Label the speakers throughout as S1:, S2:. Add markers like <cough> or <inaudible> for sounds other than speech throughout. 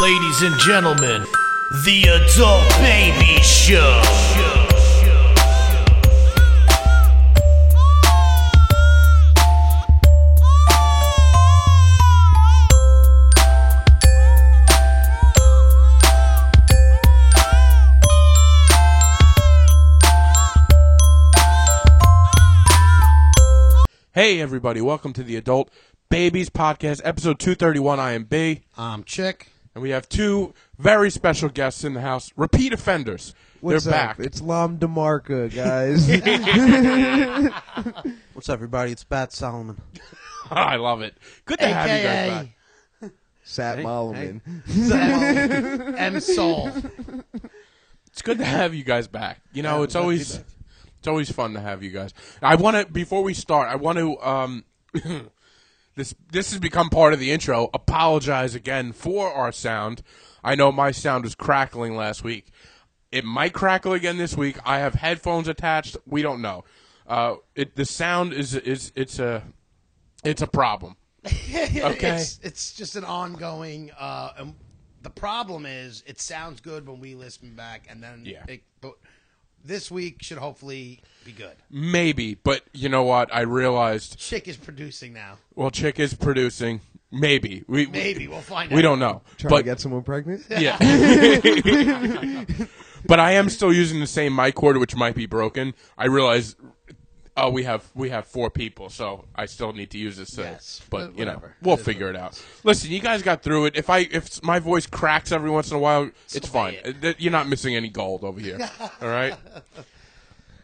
S1: Ladies and gentlemen, the Adult Baby Show.
S2: Hey, everybody, welcome to the Adult Babies Podcast, episode 231. I am B,
S3: I'm Chick.
S2: and we have two very special guests in the house, repeat offenders.
S4: What's
S2: They're
S4: up?
S2: back. <laughs>
S4: It's Lom DeMarca, guys.
S3: What's up, everybody? It's Bat Solomon.
S2: I love it. Good to have you guys back.
S3: AKA
S4: Sat Moloman.
S3: Solomon M. <laughs> Soul.
S2: It's good to have you guys back. You know, it's always it's always fun to have you guys. I want to before we start, I want to um <coughs> this this has become part of the intro. Apologize again for our sound. I know my sound was crackling last week. It might crackle again this week. I have headphones attached. We don't know. Uh, it the sound is is it's a it's a problem. Okay.
S3: It's, it's just an ongoing. Uh, and the problem is, it sounds good when we listen back, and then
S2: Yeah.
S3: it, but this week should hopefully be good.
S2: Maybe, but you know what? I realized.
S3: Chick is producing now.
S2: Well, Chick is producing. Maybe we
S3: Maybe we'll find out.
S2: we don't know.
S4: Trying
S2: but
S4: to get someone pregnant?
S2: Yeah.
S4: <laughs>
S2: but I am still using the same mic cord, which might be broken. I realize. Oh, we have we have four people, so I still need to use this. Thing.
S3: Yes,
S2: but
S3: wh-
S2: you know,
S3: whatever.
S2: we'll
S3: It is
S2: figure it out. Listen, you guys got through it. If I if my voice cracks every once in a while, it's fine.
S3: it.
S2: Th- You're not missing any gold over
S3: <laughs>
S2: here. All right.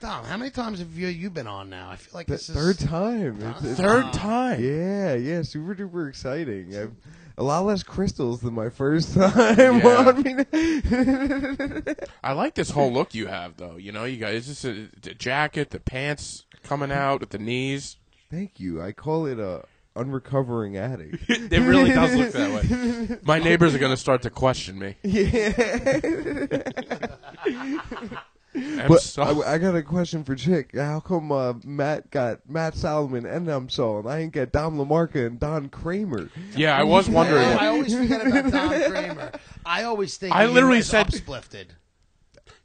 S3: Tom, how many times have you you been on now? I feel like
S4: The
S3: this is
S4: third time. It's- it's-
S2: Third time.
S4: yeah, yeah, super duper exciting. I've, a lot less crystals than my first <laughs> time.
S2: Yeah.
S4: on me.
S2: I like this whole look you have, though. You know, you guys, this is the jacket, the pants coming out at the knees.
S4: Thank you. I call it a unrecovering addict.
S2: <laughs> It really does look that
S4: <laughs>
S2: way. My neighbors are going to start to question me.
S4: yeah.
S2: I'm
S4: But
S2: so-
S4: I, I got a question for Chick. How come uh, Matt got Matt Solomon and them so, and I ain't got Dom Lamarca and Don Kramer? <laughs>
S2: yeah, I was
S3: I,
S2: wondering.
S3: I always forget about Tom Kramer. I always think
S2: I
S3: of you
S2: literally
S3: as
S2: said-
S3: uplifted.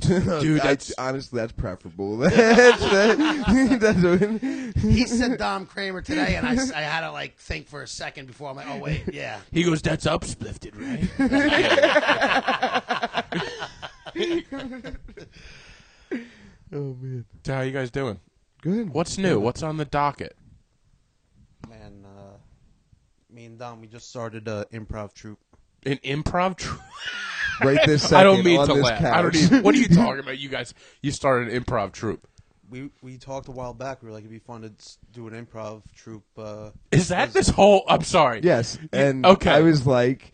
S4: Dude,
S2: that's-
S4: honestly that's preferable. <laughs> That's, that, that's what-
S3: He said Dom Kramer today, and I, s- I had to like think for a second before I'm like, oh wait, yeah.
S2: He goes, "That's uplifted,
S4: <laughs>
S2: right?"
S4: oh man,
S2: so how you guys doing?
S4: good.
S2: What's new? What's on the docket?
S5: Man, uh, me and Dom, we just started a improv troupe.
S2: An improv? Tr-
S4: Right this <laughs> second.
S2: I don't mean
S4: on
S2: to
S4: this
S2: laugh. I don't
S4: couch. <laughs>
S2: even. What are you talking about? You guys, you started an improv troupe.
S5: We we talked a while back. We were like, it'd be fun to s- do an improv troupe. Uh,
S2: Is that this whole? I'm sorry.
S4: yes,
S2: <laughs>
S4: and
S2: okay.
S4: I was like,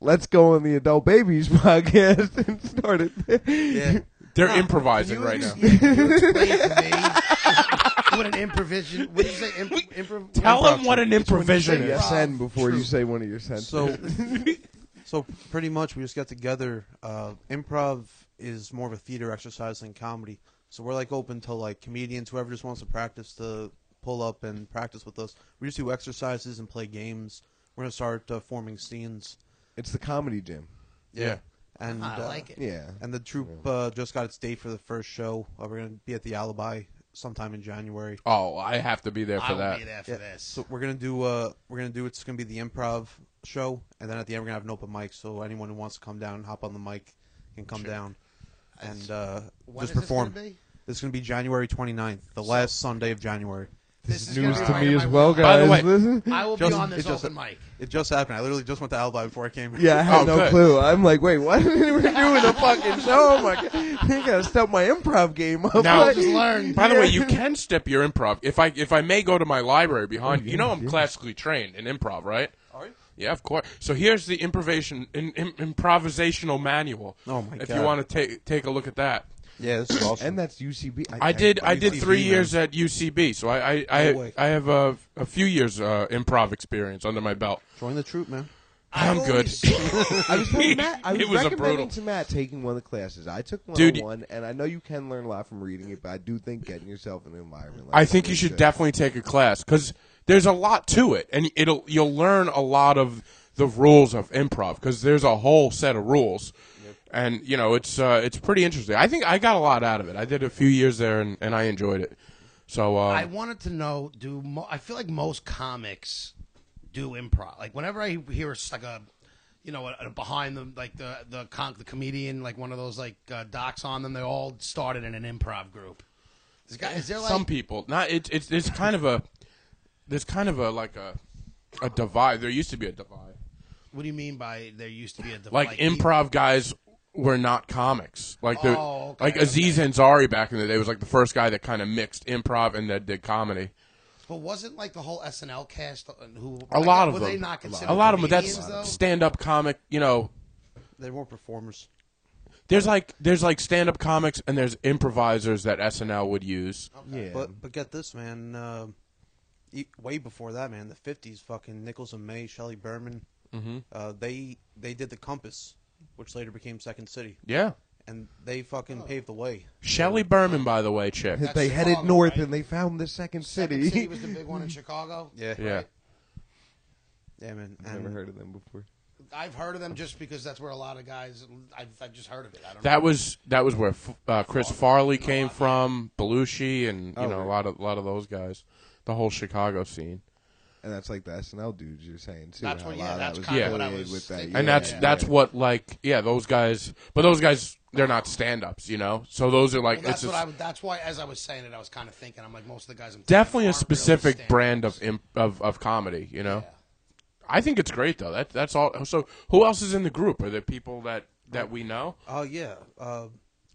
S4: let's go on the Adult Babies <laughs> podcast and start it. <laughs>
S5: yeah,
S2: They're
S5: Nah,
S2: improvising
S5: can you
S2: right now.
S5: ex-
S3: Can you explain to me <laughs> what an improvision? What did you say? Imp, improv,
S2: Tell
S3: improv
S2: them what an improvision is.
S4: Yes, and before you say one of your sentences.
S5: So, so pretty much we just got together. Uh, improv is more of a theater exercise than comedy. So we're like open to like comedians, whoever just wants to practice to pull up and practice with us. We just do exercises and play games. We're gonna start uh, forming scenes.
S4: it's the comedy gym.
S2: Yeah.
S5: and
S3: I
S5: uh,
S3: like it.
S4: Yeah.
S5: And the troupe uh, just got its date for the first show. Uh, we're going to be at the Alibi sometime in January.
S2: Oh, I have to be there for
S3: I'll
S2: that.
S3: be there for
S5: Yeah,
S3: this.
S5: So we're going to do uh, we're going to do it's going to be the improv show, and then at the end we're going to have an open mic. So anyone who wants to come down, and hop on the mic, can come down and uh,
S3: When
S5: just
S3: is this
S5: perform.
S3: gonna be?
S5: This is going to be January 29th, the last Sunday of January.
S3: This, is
S4: News
S3: gonna
S4: to
S3: be
S4: me
S3: right
S4: as
S3: in my
S4: well,
S3: wheelhouse.
S4: guys.
S2: By the way,
S4: <laughs> Listen.
S3: I will be
S5: Just-
S3: on this
S5: it just-
S3: open mic.
S5: It just happened. I literally just went to Alibi before I came. here.
S4: Yeah,
S5: <laughs>
S4: I had
S2: Oh,
S4: no
S2: good.
S4: clue. I'm like, wait, what? <laughs> We're doing
S2: <laughs>
S4: a fucking show. I'm like, <laughs> I gotta step my improv game up.
S2: Now-
S4: <laughs> Like-
S3: Just learn.
S2: By the way,
S4: Yeah.
S2: you can step your improv. If I if I may go to my library behind, you know I'm classically trained in improv, right?
S5: Are you?
S2: Yeah, of course. So here's the improvisation in, im improvisational manual.
S5: Oh, my
S2: If you
S5: God.
S2: want to take take a look at that,
S5: Yeah, this is awesome.
S4: and that's UCB.
S2: I did I did
S5: UCB,
S2: three
S5: man.
S2: years at UCB, so I I I,
S5: No way.
S2: I have a, a few years uh, improv experience under my belt.
S5: Join the troupe, man.
S2: I'm
S3: always
S2: good.
S4: I was
S2: <laughs>
S4: telling Matt. I was,
S2: It was a
S4: recommending
S2: brutal-
S4: to Matt taking one of the classes. I took
S2: Dude,
S4: 101, and I know you can learn a lot from reading it, but I do think getting yourself in an environment. Like
S2: I
S4: that
S2: think you
S4: is
S2: should
S4: good.
S2: definitely take a class because there's a lot to it, and it'll you'll learn a lot of the rules of improv because there's a whole set of rules, and you know it's uh, it's pretty interesting. I think I got a lot out of it. I did a few years there and, and I enjoyed it. So uh,
S3: I wanted to know. Do mo- I feel like most comics do improv? Like whenever I hear s- like a, you know, a, a behind them like the the con- the comedian like one of those like uh, docs on them. They all started in an improv group. Is, guy, is there like
S2: some people not it's it's it's kind of a there's kind of a like a a divide. There used to be a divide.
S3: what do you mean by there used to be a div-
S2: like, improv guys were not comics. Like the
S3: Oh, okay,
S2: like Aziz Ansari back in the day was like the first guy that kind of mixed improv and that did comedy.
S3: But wasn't like the whole SNL cast uh, who
S2: A lot of
S3: were
S2: them,
S3: they not considered
S2: a lot of them.
S3: comedians,
S2: That's
S3: though?
S2: stand-up comic. You know,
S5: They weren't performers.
S2: there's like there's like stand-up comics and there's improvisers that SNL would use.
S4: Yeah.
S5: But but get this, man. Uh, e- way before that, man, the fifties, fucking Nichols and May, Shelley Berman.
S4: Mm-hmm.
S5: Uh, they they did the Compass, which later became Second City,
S2: Yeah,
S5: and they fucking paved the way.
S2: Shelley Berman, by the way, chick.
S4: they
S3: Chicago,
S4: headed north
S3: right?
S4: and they found the second
S3: Second
S4: city. <laughs>
S3: City was the big one in
S2: <laughs>
S3: Chicago.
S5: Yeah,
S2: Yeah,
S5: yeah, man.
S4: Never
S3: Mm.
S5: and-
S4: heard of them before.
S3: I've heard of them just because that's where a lot of guys. I've, I've just heard of it. I don't
S2: that
S3: know.
S2: was that was where F- uh, Chris Farley came from, Belushi, and you
S4: Oh,
S2: know a
S4: right.
S2: lot of a lot of those guys. The whole Chicago scene.
S4: And that's like the SNL dudes you're saying too.
S3: That's
S4: how
S3: what-
S4: a
S3: yeah,
S4: lot
S3: that's
S4: that was
S2: kinda what I
S4: affiliated
S3: was
S4: with that.
S3: thinking.
S2: and
S4: yeah,
S2: that's
S4: yeah,
S2: that's
S4: yeah.
S2: what like yeah those guys but those guys they're not stand-ups you know so those are like
S3: Well, that's
S2: it's
S3: what
S2: a-
S3: I. would- That's why, as I was saying it, I was kind of thinking. I'm like, most of the guys. I'm thinking
S2: definitely a
S3: aren't really
S2: specific
S3: stand-ups.
S2: brand of, imp, of of comedy you know
S3: Yeah.
S2: i think it's great though that that's all so who else is in the group are there people that that we know
S5: Oh yeah. Uh,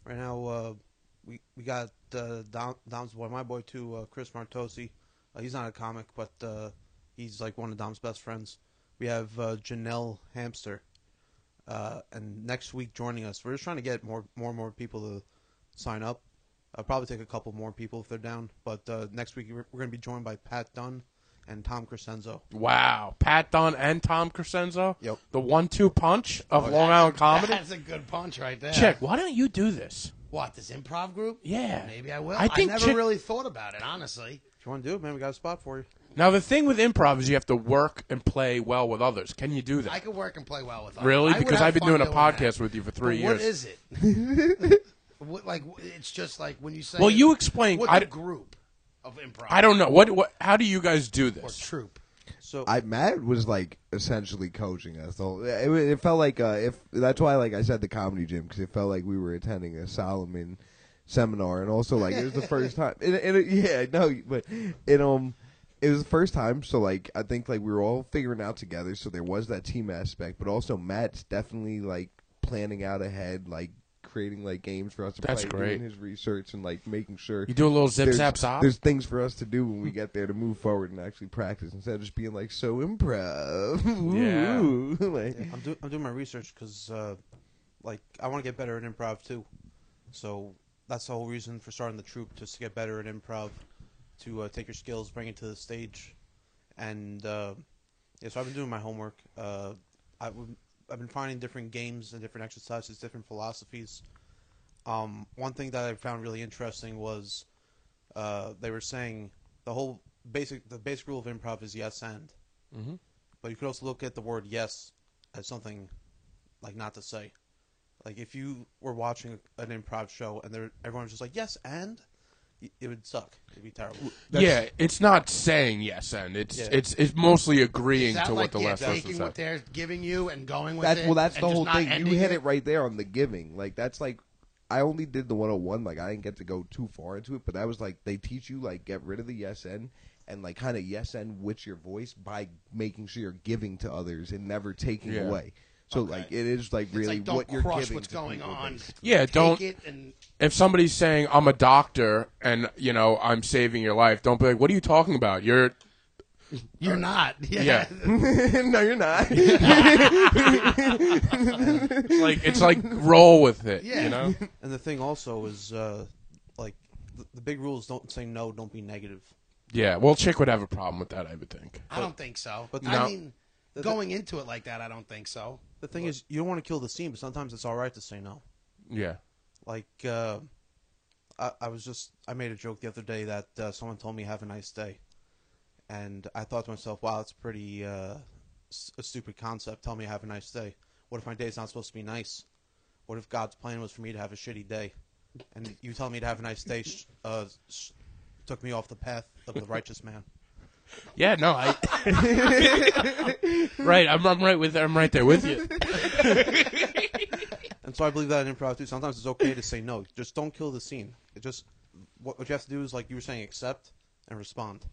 S5: right now, uh, we we got uh, Dom, Dom's boy, my boy too, uh, Chris Martosi. Uh, he's not a comic, but uh, he's like one of Dom's best friends. We have uh, Janelle Hamster, uh, and next week joining us, we're just trying to get more more and more people to sign up. I'll probably take a couple more people if they're down, but uh, next week we're, we're going to be joined by Pat Dunn and Tom Crescenzo.
S2: wow pat dunn and tom crescenzo
S5: Yep.
S2: the one-two punch of long
S3: That's-
S2: island comedy
S3: That's a good punch right there.
S2: chick why don't you do this
S3: What this improv group?
S2: Yeah.
S3: Maybe I will.
S2: I
S3: I,
S2: think
S3: never
S2: Chick-
S3: really thought about it, honestly.
S5: If you want to do it, man, we got a spot for you.
S2: now the thing with improv is you have to work and play well with others can you do that
S3: I could work and play well with. Others.
S2: really
S3: I would
S2: because
S3: have
S2: i've been
S3: fun
S2: doing a
S3: that.
S2: podcast with you for three
S3: But
S2: years
S3: What is it?
S2: <laughs>
S3: what, like it's just like when you say.
S2: Well, you explain.
S3: What's
S2: I
S3: a
S2: d-
S3: group of improv?
S2: I don't know what what. How do you guys do
S3: Or
S2: this?
S3: troop.
S5: So
S4: I Matt was like essentially coaching us. The whole, it, wa- it felt like uh, if that's why like I said the comedy gym because it felt like we were attending a Solomon seminar and also like it was the first time. And, and it- yeah, no, but it um it was the first time. So like I think like we were all figuring out together. So there was that team aspect, but also Matt's definitely like planning out ahead, like creating like games for us to
S2: That's
S4: play,
S2: great.
S4: doing his research and like making sure
S2: You do a little zip
S4: there's,
S2: zap zap.
S4: there's things for us to do when we get there to move forward and actually practice instead of just being like so improv. <laughs> Ooh, <laughs> like,
S5: I'm, do- I'm doing my research because, uh, like, I want to get better at improv too. So that's the whole reason for starting the troupe, just to get better at improv, to uh, take your skills, bring it to the stage, and uh, yeah. So I've been doing my homework. Uh, I've I've been finding different games and different exercises, different philosophies. Um, one thing that I found really interesting was uh, they were saying the whole basic the basic rule of improv is yes and but you could also look at the word yes as something like not to say. Like if you were watching an improv show and there everyone was just like yes and y- it would suck. It'd be terrible.
S2: yeah, it's not saying yes and it's
S5: Yeah.
S2: it's it's mostly agreeing
S3: Is that
S2: to
S3: like
S2: what the
S3: yeah,
S2: last person
S3: taking
S2: said.
S3: what they're giving you and going with
S4: that,
S3: it?
S4: well, that's
S3: and
S4: the
S3: just
S4: whole
S3: not
S4: thing. You
S3: ending
S4: hit it right there on the giving. Like that's like I only did the 101. Like I didn't get to go too far into it, but that was like they teach you like get rid of the yes end and like kind of yes end with your voice by making sure you're giving to others and never taking
S2: Yeah.
S4: away. So like it is like
S3: It's
S4: really
S3: like, don't
S4: what you're
S3: crush
S4: giving
S3: what's
S4: to
S3: going
S4: people,
S3: on.
S4: basically. <laughs>
S2: Yeah, don't-
S3: Take it
S2: <laughs>
S3: and
S2: If somebody's saying I'm a doctor and you know I'm saving your life, don't be like, "What are you talking about? You're
S3: you're not. <laughs> Yeah.
S2: yeah."
S4: no, you're not.
S2: it's like it's like roll with it,
S3: Yeah.
S2: you know.
S5: And the thing also is uh, like the, the big rule is don't say no, don't be negative.
S2: Yeah, well, chick would have a problem with that, I would think.
S3: I don't think so.
S5: but
S2: no.
S3: I mean, going into it like that, I don't think so.
S5: The thing is you don't want to kill the scene, but sometimes it's all right to say no.
S2: Yeah,
S5: Like uh, I, I was just I made a joke the other day that uh, someone told me have a nice day, and I thought to myself, wow, it's pretty uh, s- a stupid concept. Tell me I have a nice day. What if my day's not supposed to be nice? What if God's plan was for me to have a shitty day, and you telling me to have a nice day sh- uh, sh- took me off the path of the righteous man?
S2: Yeah, no, I. <laughs> right, I'm, I'm right with I'm right there with you.
S5: And so I believe that in improv too. Sometimes it's okay to say no. Just don't kill the scene. It just what, what you have to do is like you were saying, accept and respond.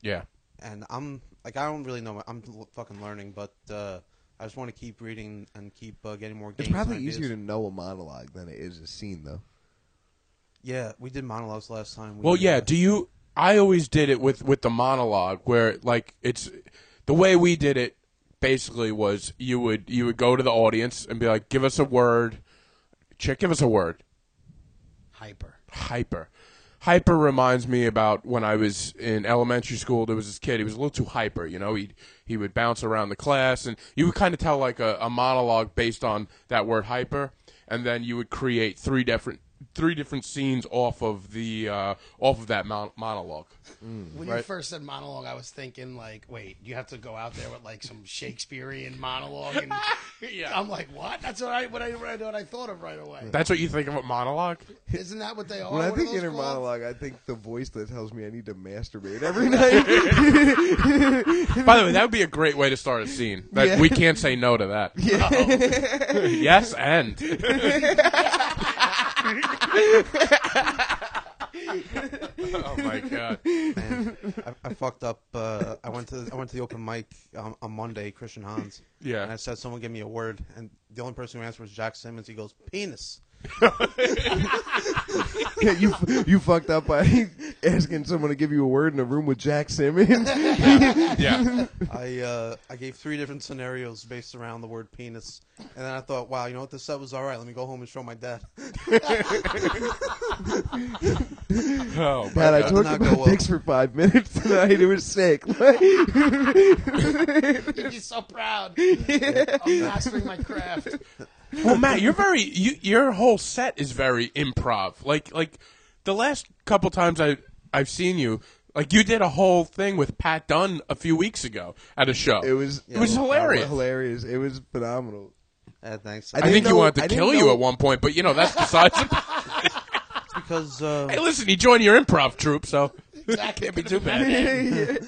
S2: Yeah,
S5: And I'm like I don't really know. I'm l- fucking learning, but uh, I just want to keep reading and keep uh, getting more. Games
S4: It's
S5: and
S4: probably
S5: ideas.
S4: easier to know a monologue than it is a scene, though.
S5: Yeah, we did monologues last time. We,
S2: Well, yeah.
S5: uh,
S2: Do you? I always did it with with the monologue, where like it's the way we did it. Basically, was you would you would go to the audience and be like, "Give us a word, chick. Give us a word."
S3: Hyper.
S2: Hyper. Hyper reminds me about when I was in elementary school. There was this kid. He was a little too hyper. You know, he he would bounce around the class, and you would kind of tell like a, a monologue based on that word hyper, and then you would create three different three different scenes off of the uh, off of that mon- monologue.
S3: When you first said monologue, I was thinking like, wait, you have to go out there with like some Shakespearean monologue, and I'm like, what? That's all right. What I what I, what I thought of right away.
S2: That's what you think of a monologue?
S3: Isn't that what they are?
S4: When I
S3: What are
S4: think
S3: those
S4: inner
S3: called?
S4: monologue, I think the voice that tells me I need to masturbate every <laughs> night.
S2: By the way, that would be a great way to start a scene. That
S4: Yeah.
S2: we can't say no to that. <laughs> yes, and oh my god,
S5: man, I, I fucked up. Uh, I went to I went to the open mic um, on Monday, Christian Hans.
S2: <laughs> Yeah.
S5: and I said someone give me a word, and the only person who answered was Jack Simmons. He goes
S4: <laughs>
S5: penis.
S4: yeah, you you fucked up by <laughs> asking someone to give you a word in a room with Jack Simmons. <laughs>
S2: yeah,
S5: I uh, I gave three different scenarios based around the word penis, and then I thought, wow, you know what? This set was all right. Let me go home and show my dad. <laughs>
S2: oh my
S4: Dad, I
S2: God.
S4: talked
S5: not go
S4: about
S5: well.
S4: dicks for five minutes tonight. It was sick. <laughs>
S3: You're just so proud.
S4: <laughs>
S3: I'm mastering my craft.
S2: well, Matt, you're very you, your whole set is very improv. Like like the last couple times I I've seen you. Like you did a whole thing with Pat Dunn a few weeks ago at a show.
S4: It was
S2: it was hilarious.
S4: hilarious. It was phenomenal.
S5: Uh, thanks.
S4: I
S2: I think
S4: didn't
S2: you
S4: know-
S2: wanted
S4: I
S2: to
S4: didn't
S2: kill you
S4: know-
S2: at one point, but you know that's besides. the- <laughs>
S5: It's because uh,
S2: hey, listen, you joined your improv troupe, so
S3: Exactly.
S2: can't be too bad.
S5: yeah,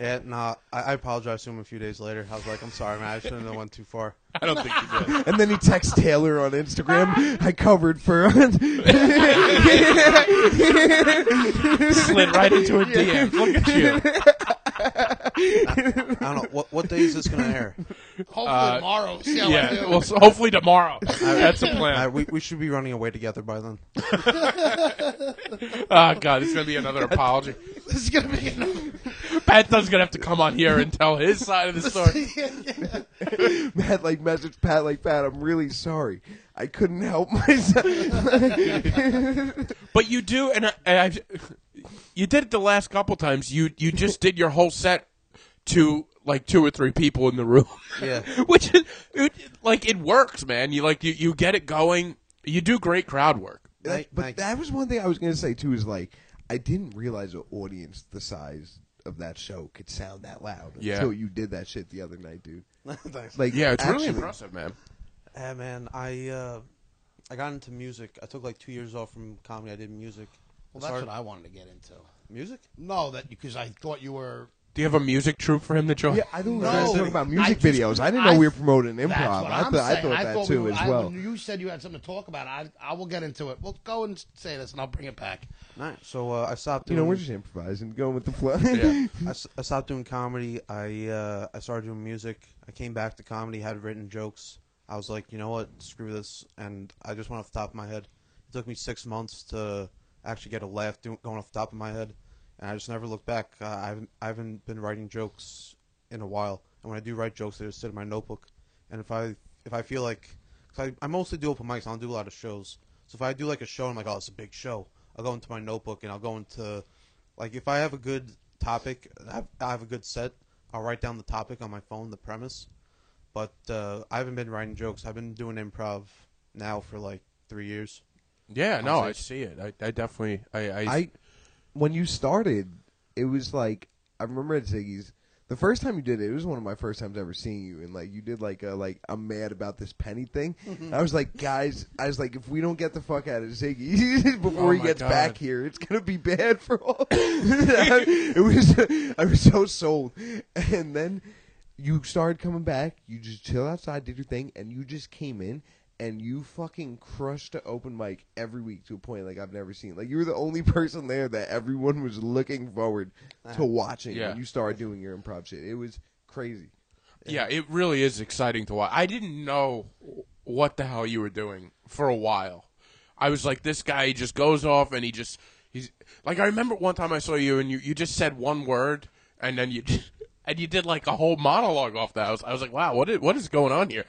S5: Eh, nah, I, I apologized to him a few days later. I was like, I'm sorry, man. I shouldn't have went too far.
S2: I don't think you <laughs> did.
S4: And then he texts Taylor on Instagram. I covered for.
S2: Slid right into a DM. Look at you.
S5: I don't know what what day is this gonna air.
S4: <laughs>
S3: Hopefully tomorrow. See how I
S2: Yeah.
S3: do.
S2: Well, so hopefully <laughs> tomorrow. That's the
S5: Uh,
S2: plan.
S5: we we should be running away together by then.
S2: Oh God, it's gonna be <laughs> another apology.
S3: this is gonna be. Another...
S2: Pat Dunn's gonna have to come on here and tell his side of the
S3: <laughs>
S2: story.
S4: <laughs> Matt like messaged Pat like Pat. I'm really sorry. I couldn't help <laughs> myself.
S2: But you do, and I, and I, you did it the last couple times. You you just did your whole set to like two or three people in the room.
S5: Yeah.
S2: <laughs> Which is it, like it works, man. You like you, you get it going. You do great crowd work.
S4: That-
S5: Like-
S4: but
S5: like-
S4: that was one thing I was gonna say too. Is like I didn't realize an audience the size of that show could sound that loud
S2: Yeah.
S4: until you did that shit the other
S3: <laughs>
S4: night, dude.
S5: thanks.
S4: Like
S2: Yeah, it's really
S4: actually-
S2: impressive, man.
S5: Yeah, Eh, man, I uh, I got into music. I took like two years off from comedy. I did music.
S3: Well, that's
S5: Sorry.
S3: what I wanted to get into.
S5: Music?
S3: No, that because I thought you were.
S2: Do you have a music troupe for him to join?
S4: Yeah, I thought we were
S3: No,
S4: gonna talk about music
S3: I just-
S4: videos. I didn't know
S3: I-
S4: we were promoting improv.
S3: That's what
S4: I,
S3: I'm
S4: thought, I
S3: saying.
S4: thought that
S3: we
S4: too
S3: were-
S4: as
S3: I-
S4: well.
S3: when you said you had something to talk about. I I will get into it. Well, go and say this, and I'll bring it back.
S5: Nice. So uh, I stopped.
S4: you
S5: Doing,
S4: know, we're just improvising, going with the flow. <laughs>
S2: Yeah.
S5: I, s- I stopped doing comedy. I uh, I started doing music. I came back to comedy. Had written jokes. I was like, you know what? Screw this. And I just went off the top of my head. It took me six months to actually get a laugh doing, going off the top of my head, and I just never looked back. Uh, I haven't I haven't been writing jokes in a while. And when I do write jokes, I just sit in my notebook. And if I if I feel like, cause I, I mostly do open mics. I don't do a lot of shows. So if I do like a show, I'm like, oh, it's a big show. I'll go into my notebook and I'll go into, like, if I have a good topic, I have, I have a good set. I'll write down the topic on my phone, the premise. But uh, I haven't been writing jokes. I've been doing improv now for like three years.
S2: Yeah, no, I
S5: like-
S2: see it. I, I definitely, I, I,
S4: I when you started, it was like I remember at Ziggy's The first time you did it, it was one of my first times ever seeing you, and like you did like a like I'm mad about this penny thing.
S2: Mm-hmm.
S4: I was like, guys, I was like, if we don't get the fuck out of Ziggy <laughs> before
S2: Oh
S4: he
S2: my
S4: gets
S2: God.
S4: back here, it's gonna be bad for all. it was I was so sold, and then you started coming back. You just chill outside, did your thing, and you just came in. And you fucking crushed the open mic every week to a point like I've never seen. Like you were the only person there that everyone was looking forward to watching
S2: Yeah.
S4: when you started doing your improv shit. It was crazy.
S2: Yeah, it really is exciting to watch. I didn't know what the hell you were doing for a while. I was like, this guy just goes off and he just he's like. I remember one time I saw you and you you just said one word and then you <laughs> and you did like a whole monologue off that. I was I was like, wow, what is, what is going on here?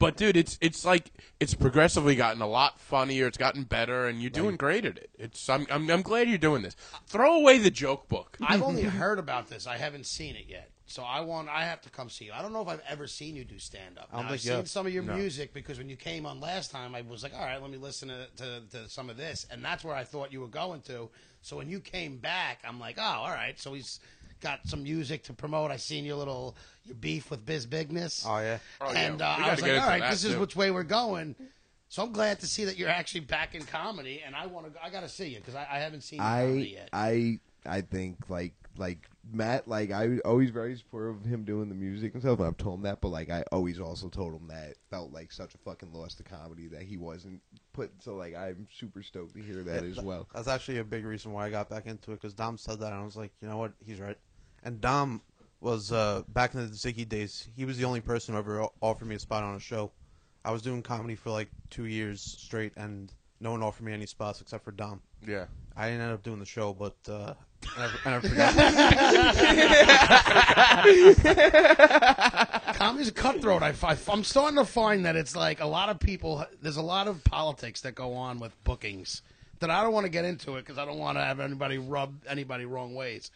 S2: But dude, it's it's like it's progressively gotten a lot funnier. It's gotten better, and you're doing great at it. It's I'm I'm, I'm glad you're doing this. Throw away the joke book.
S3: I've
S5: <laughs>
S3: only heard about this. I haven't seen it yet. So I want. I have to come see you. I don't know if I've ever seen you do stand up.
S5: don't
S3: I've
S5: think you
S3: seen
S5: have.
S3: some of your music because when you came on last time, I was like, all right, let me listen to, to, to some of this, and that's where I thought you were going to. So when you came back, I'm like, oh, all right. So he's got some music to promote. I seen your little your beef with Biz Bigness.
S5: Oh yeah.
S2: Oh, yeah.
S3: and
S2: We
S3: uh, I
S2: gotta
S3: was
S2: get
S3: like,
S2: into
S3: all right,
S2: that,
S3: this is
S2: too.
S3: which way we're going. So I'm glad to see that you're actually back in comedy, and I want to. I got to see you because I, I haven't seen your comedy
S4: I
S3: yet.
S4: I I think like like Matt like I was always very supportive of him doing the music and stuff, and I've told him that. But like I always also told him that it felt like such a fucking loss to comedy that he wasn't put. So like I'm super stoked to hear that as well.
S5: That's actually a big reason why I got back into it because Dom said that, and I was like, you know what, he's right. And Dom was uh, back in the Ziggy days. He was the only person who ever o- offered me a spot on a show. I was doing comedy for like two years straight, and no one offered me any spots except for Dom.
S2: Yeah.
S5: I didn't end up doing the show, but uh, I never, I never forgot.
S3: Comedy's a cutthroat. I, I, I'm starting to find that it's like a lot of people. There's a lot of politics that go on with bookings that I don't want to get into it because I don't want to have anybody rub anybody wrong ways.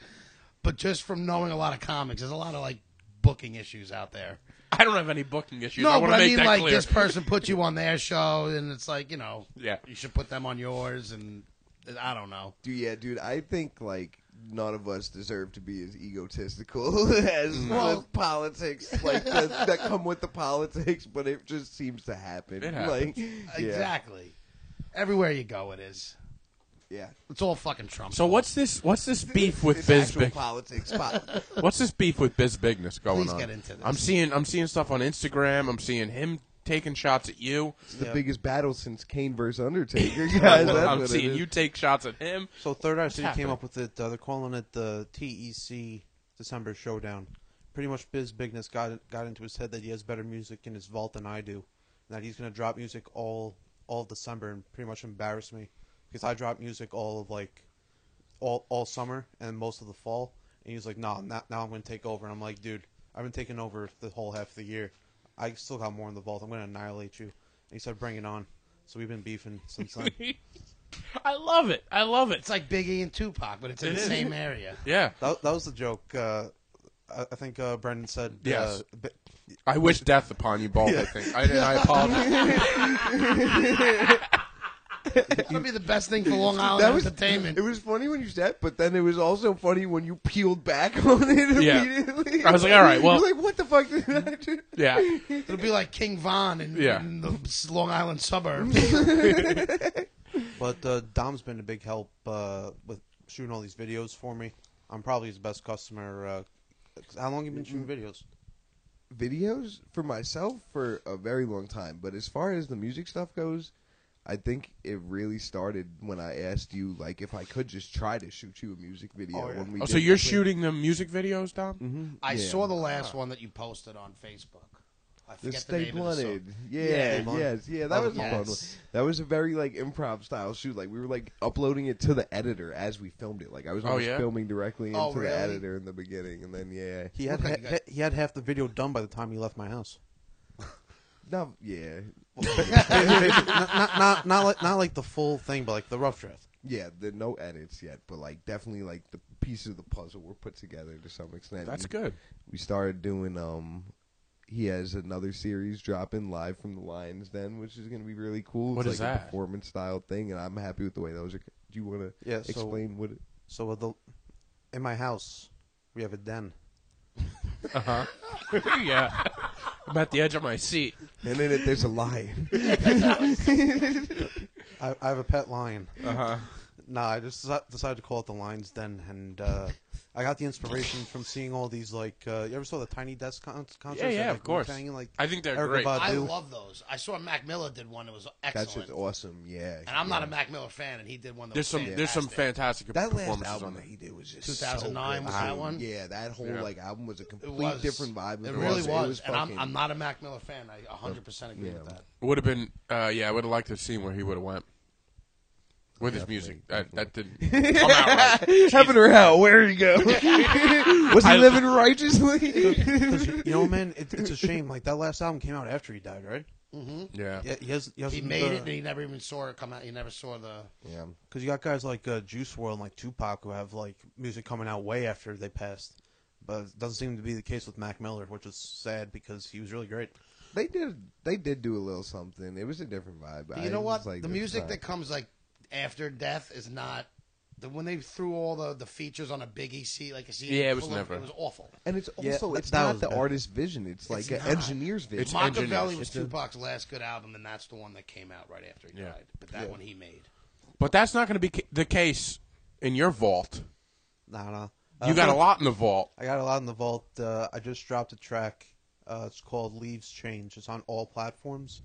S3: But just from knowing a lot of comics, there's a lot of like booking issues out there.
S2: I don't have any booking issues. I
S3: no,
S2: want to
S3: but I
S2: make
S3: mean,
S2: that
S3: like
S2: clear.
S3: this person
S2: <laughs>
S3: put you on their show, and it's like you know,
S2: Yeah.
S3: you should put them on yours, and I don't know.
S4: Dude, yeah, dude, I think like none of us deserve to be as egotistical <laughs> as
S2: Mm.
S3: Well-
S4: with politics, like the, that come with the politics, but it just seems to happen.
S2: It happens.
S4: Like, yeah,
S3: Exactly. Everywhere you go, it is.
S4: Yeah.
S3: It's all fucking Trump.
S2: So what's this? What's this beef with
S4: It's
S2: Biz
S4: actual
S2: Big?
S4: politics. po-
S2: What's this beef with Biz Bigness going
S3: Please
S2: on?
S3: get into this.
S2: I'm seeing. I'm seeing stuff on Instagram. I'm seeing him taking shots at
S3: <laughs>
S2: you.
S4: It's the biggest battle since Kane
S2: <laughs>
S4: versus Undertaker, guys. That's
S2: I'm
S4: what it
S2: seeing
S4: is.
S2: you take shots at him.
S5: so Third Eye City
S2: happening?
S5: came up with it. Uh, they're calling it the TEC December Showdown. Pretty much, Biz Bigness got got into his head that he has better music in his vault than I do, and that he's going to drop music all all of December and pretty much embarrass me because I dropped music all of like all all summer and most of the fall. And he was like, "No, nah, now I'm going to take over." And I'm like, "Dude, I've been taking over the whole half of the year. I still got more in the vault. I'm going to annihilate you." And he said, "Bring it on." So we've been beefing since then.
S2: I love it. I love it.
S3: It's like Biggie and Tupac, but it's in
S2: It
S3: the
S2: is.
S3: same area.
S2: Yeah.
S5: That, that was the joke. Uh, I, I think uh, Brendan said.
S2: Yes.
S5: Uh, bi-
S2: I wish death upon you both. I think. I, and I apologize.
S4: <laughs>
S3: That would be the best thing for Long Island
S4: That was
S3: entertainment.
S4: It was funny when you said, but then it was also funny when you peeled back <laughs> on it
S2: Yeah.
S4: immediately.
S2: I was like, all right, well-
S4: <laughs> You're like what the fuck did I do?
S3: <laughs>
S2: yeah.
S3: It'll be like King Von in,
S2: Yeah.
S3: in the s- Long
S2: <laughs>
S3: Island suburbs.
S5: but uh, Dom's been a big help uh, with shooting all these videos for me. I'm probably his best customer. Uh, 'cause how long have you been shooting videos?
S4: videos for myself for a very long time, but as far as the music stuff goes, I think it really started when I asked you like if I could just try to shoot you a music video
S3: Oh, yeah.
S4: when we
S2: Oh,
S4: did
S2: so you're
S4: the thing.
S2: shooting the music videos, Dom?
S3: I
S4: Yeah.
S3: saw the last one that you posted on Facebook. I
S4: the
S3: forget the
S4: Stay
S3: name of the song.
S4: Blunted. Yeah,
S3: Yeah.
S5: Stay
S4: yes,
S5: Blunted.
S4: yeah,
S5: That
S4: that was
S5: was
S4: a fun
S3: nice.
S4: one. That was a very like improv style shoot. Like we were like uploading it to the editor as we filmed it. Like I was
S2: Oh,
S4: almost
S2: yeah?
S4: filming directly into
S3: Oh, really?
S4: the editor in the beginning, and then yeah,
S5: He had
S3: Look like
S5: ha-
S3: you got-
S5: ha- he had half the video done by the time he left my house.
S4: no, yeah,
S5: not, not, not, not like not like the full thing, but like the rough draft.
S4: yeah. The no edits yet, but like definitely like the pieces of the puzzle were put together to some extent.
S2: That's
S4: And
S2: good. <laughs>
S4: We started doing um. He has another series dropping live from the Lions Den, which is going to be really cool.
S2: What
S4: it's
S2: is
S4: like
S2: that?
S4: a performance style thing, and I'm happy with the way those are. Do you want to
S5: Yeah, so-
S4: explain what? It,
S5: So with the, in my house, we have a den,
S2: yeah. I'm at the edge of my seat.
S4: And in it, there's
S3: <laughs>
S4: a lion.
S5: I, I have a pet lion.
S2: Uh-huh.
S5: Nah, I just deci- decided to call it the Lions Den, and uh, I got the inspiration from seeing all these like. Uh, you ever saw the Tiny Desk con- concerts?
S2: Yeah, yeah,
S5: Like,
S2: of course.
S5: Wu-Tang and, like, <laughs>
S2: I think they're
S5: Erykah
S2: great.
S5: Badu.
S3: I love those. I saw Mac Miller did one that was
S4: That's
S3: excellent.
S4: just awesome. Yeah.
S3: And I'm not a Mac Miller fan, and he did one that
S2: There's
S3: was
S2: some there's some fantastic
S3: fantastic.
S4: That last
S2: performances
S4: album
S2: on
S4: that
S2: there.
S4: he did was just
S3: 2009
S4: so good,
S3: was that
S4: too.
S3: one?
S4: Yeah, that whole
S2: Yeah.
S4: like album was a complete
S3: was.
S4: different vibe.
S3: It
S4: and
S3: really was.
S4: was.
S3: and
S4: fucking-
S3: I'm,
S4: <laughs>
S3: I'm not a Mac Miller fan. I 100% agree with that.
S2: Would have been uh, yeah. I would have liked to have seen where he would have went with his music. That that didn't
S3: <laughs>
S2: come out right.
S4: Heaven or hell, where you go? was he living righteously?
S5: you know, man, it, it's a shame. Like that last album came out after he died, right?
S2: Yeah.
S5: Yeah, he has. He, has
S3: He
S5: some,
S3: made
S5: uh,
S3: it, and he never even saw it come out. He never saw the.
S4: <laughs> yeah.
S5: Because you got guys like uh, Juice World and like Tupac who have like music coming out way after they passed, but it doesn't seem to be the case with Mac Miller, which is sad because he was really great.
S4: They did. They did do a little something. It was a different vibe.
S3: But
S4: I
S3: you know
S4: was
S3: what?
S4: Like,
S3: the
S4: this
S3: music
S4: is
S3: that comes like after death is not. The, when they threw all the, the features on a Biggie CD, like a CD,
S2: Yeah, it was
S3: full of-
S2: never-
S3: It was awful.
S4: and it's
S5: Yeah,
S4: also
S5: that-
S4: it's
S5: that
S4: not
S5: was
S4: the
S5: bad.
S4: artist's vision. It's like an
S3: not.
S4: engineer's vision.
S2: It's- engineers.
S3: Machiavelli was
S2: It's
S3: Tupac's last good album, and that's the one that came out right after he
S2: Yeah.
S3: died. But that one he made.
S2: But that's not going to be ca- the case in your vault.
S5: Nah, nah. Uh,
S2: You got
S3: Uh-huh.
S2: a lot in the vault.
S5: I got a lot in the vault. Uh, I just dropped a track. Uh, it's called Leaves Change. It's on all platforms.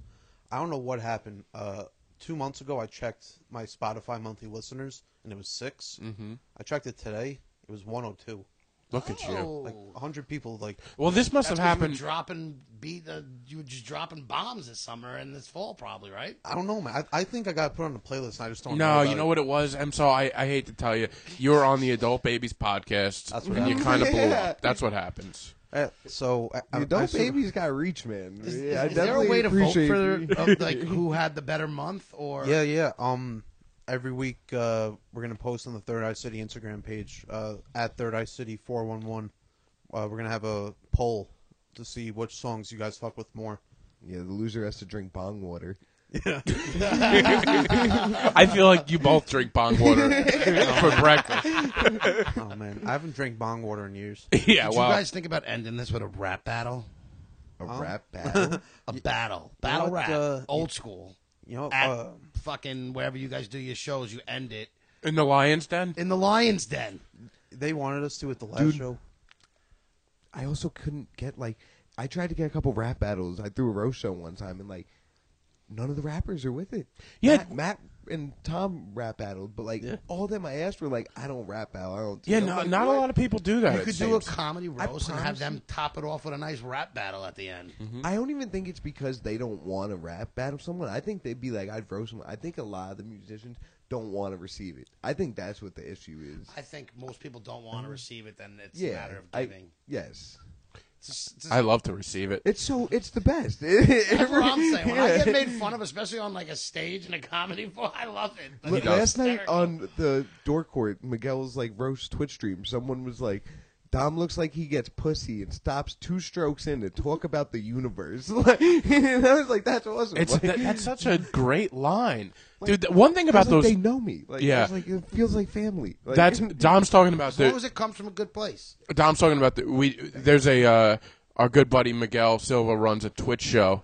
S5: I don't know what happened. Uh, two months ago, I checked my Spotify monthly listeners, and it was 6 Mm-hmm. I checked it today. It was 102.
S2: Look at you.
S5: Like 100 people. Like
S2: Well, this must
S3: That's
S2: have
S3: 'cause Oh. you were
S2: happened.
S3: dropping beat. Uh, you were just dropping bombs this summer and this fall, probably right.
S5: I don't know, man. I, I think I got put on the playlist, and I just don't.
S2: No,
S5: know
S2: you know what it was. I'm sorry. I, I hate to tell you, you were on the Adult Babies podcast,
S5: That's what
S2: and you kind
S4: happened.
S2: of blew
S4: Yeah.
S3: <laughs>
S2: up. That's what happens.
S5: what? Eh, So I, I,
S4: You don't
S5: I sort of-
S4: babies got reach, man.
S3: Is,
S4: yeah, I
S3: is there a
S4: definitely
S3: way to vote
S4: appreciate
S3: for
S4: you.
S3: of, like who had the better month or
S5: Yeah, yeah. Um, every week uh, we're gonna post on the Third Eye City Instagram page uh, at Third Eye City four one one. Uh, We're gonna have a poll to see which songs you guys fuck with more.
S4: Yeah, the loser has to drink bong water.
S2: I feel like you both drink bong
S3: <laughs>
S2: water for breakfast. <laughs>
S5: Oh man, I haven't drank bong water in years.
S2: Yeah,
S3: Did
S2: well,
S3: you guys think about ending this with a rap battle?
S4: A rap
S2: <laughs>
S4: battle.
S3: A battle, battle rap,
S5: what, uh,
S3: old school. <laughs>
S5: You know,
S3: At
S5: uh,
S3: fucking wherever you guys do your shows, you end it
S2: in the Lions Den.
S3: in the lion's den.
S5: they wanted us to at the last
S4: Dude.
S5: show.
S4: I also couldn't get like I tried to get a couple rap battles. I threw a roast show one time and like none of the rappers are with it.
S2: Yeah.
S4: Matt, Matt and Tom rap battled, but like all them I asked were like, I don't rap battle. I don't. Do
S2: Yeah,
S4: it." I'm
S2: no,
S4: like,
S2: not a
S4: "What?"
S2: lot of people do that.
S3: You
S2: it
S3: could do a
S2: seems.
S3: comedy roast and have
S4: promise
S3: them top it off with a nice rap battle at the end.
S4: Mm-hmm. I don't even think it's because they don't want to rap battle someone. I think they'd be like, I'd roast someone. I think a lot of the musicians don't want to receive it. I think that's what the issue is.
S3: I think most people don't want to receive it. Then it's
S4: yeah,
S3: a matter of
S4: I-
S3: giving.
S4: yes,
S3: It's just- it's just-
S2: I love to receive it.
S4: it's so it's the best. <laughs>
S3: That's what I'm saying. When <laughs> <laughs> I get made fun of, especially on like a stage in a comedy, <laughs> floor, I love it. Like,
S4: L-
S3: it's
S4: last night
S3: hysterical.
S4: on the door court, Miguel's like roast Twitch stream. Someone was like, "Dom looks like he gets pussy and stops two strokes in to talk about the universe." <laughs> Like, and I was like, "That's awesome."
S2: It's
S4: Like,
S2: that,
S4: <laughs>
S2: that's such a great line,
S4: Like,
S2: dude. The, one thing
S4: I
S2: about
S4: was like,
S2: those
S4: they know me. Like,
S2: Yeah.
S4: yeah, like, it feels like family.
S2: <laughs>
S4: Like,
S2: that's Dom's talking about
S3: as
S2: the
S3: long as it comes from a good place.
S2: Dom's talking about the we. There's a uh, our good buddy Miguel Silva runs a Twitch show,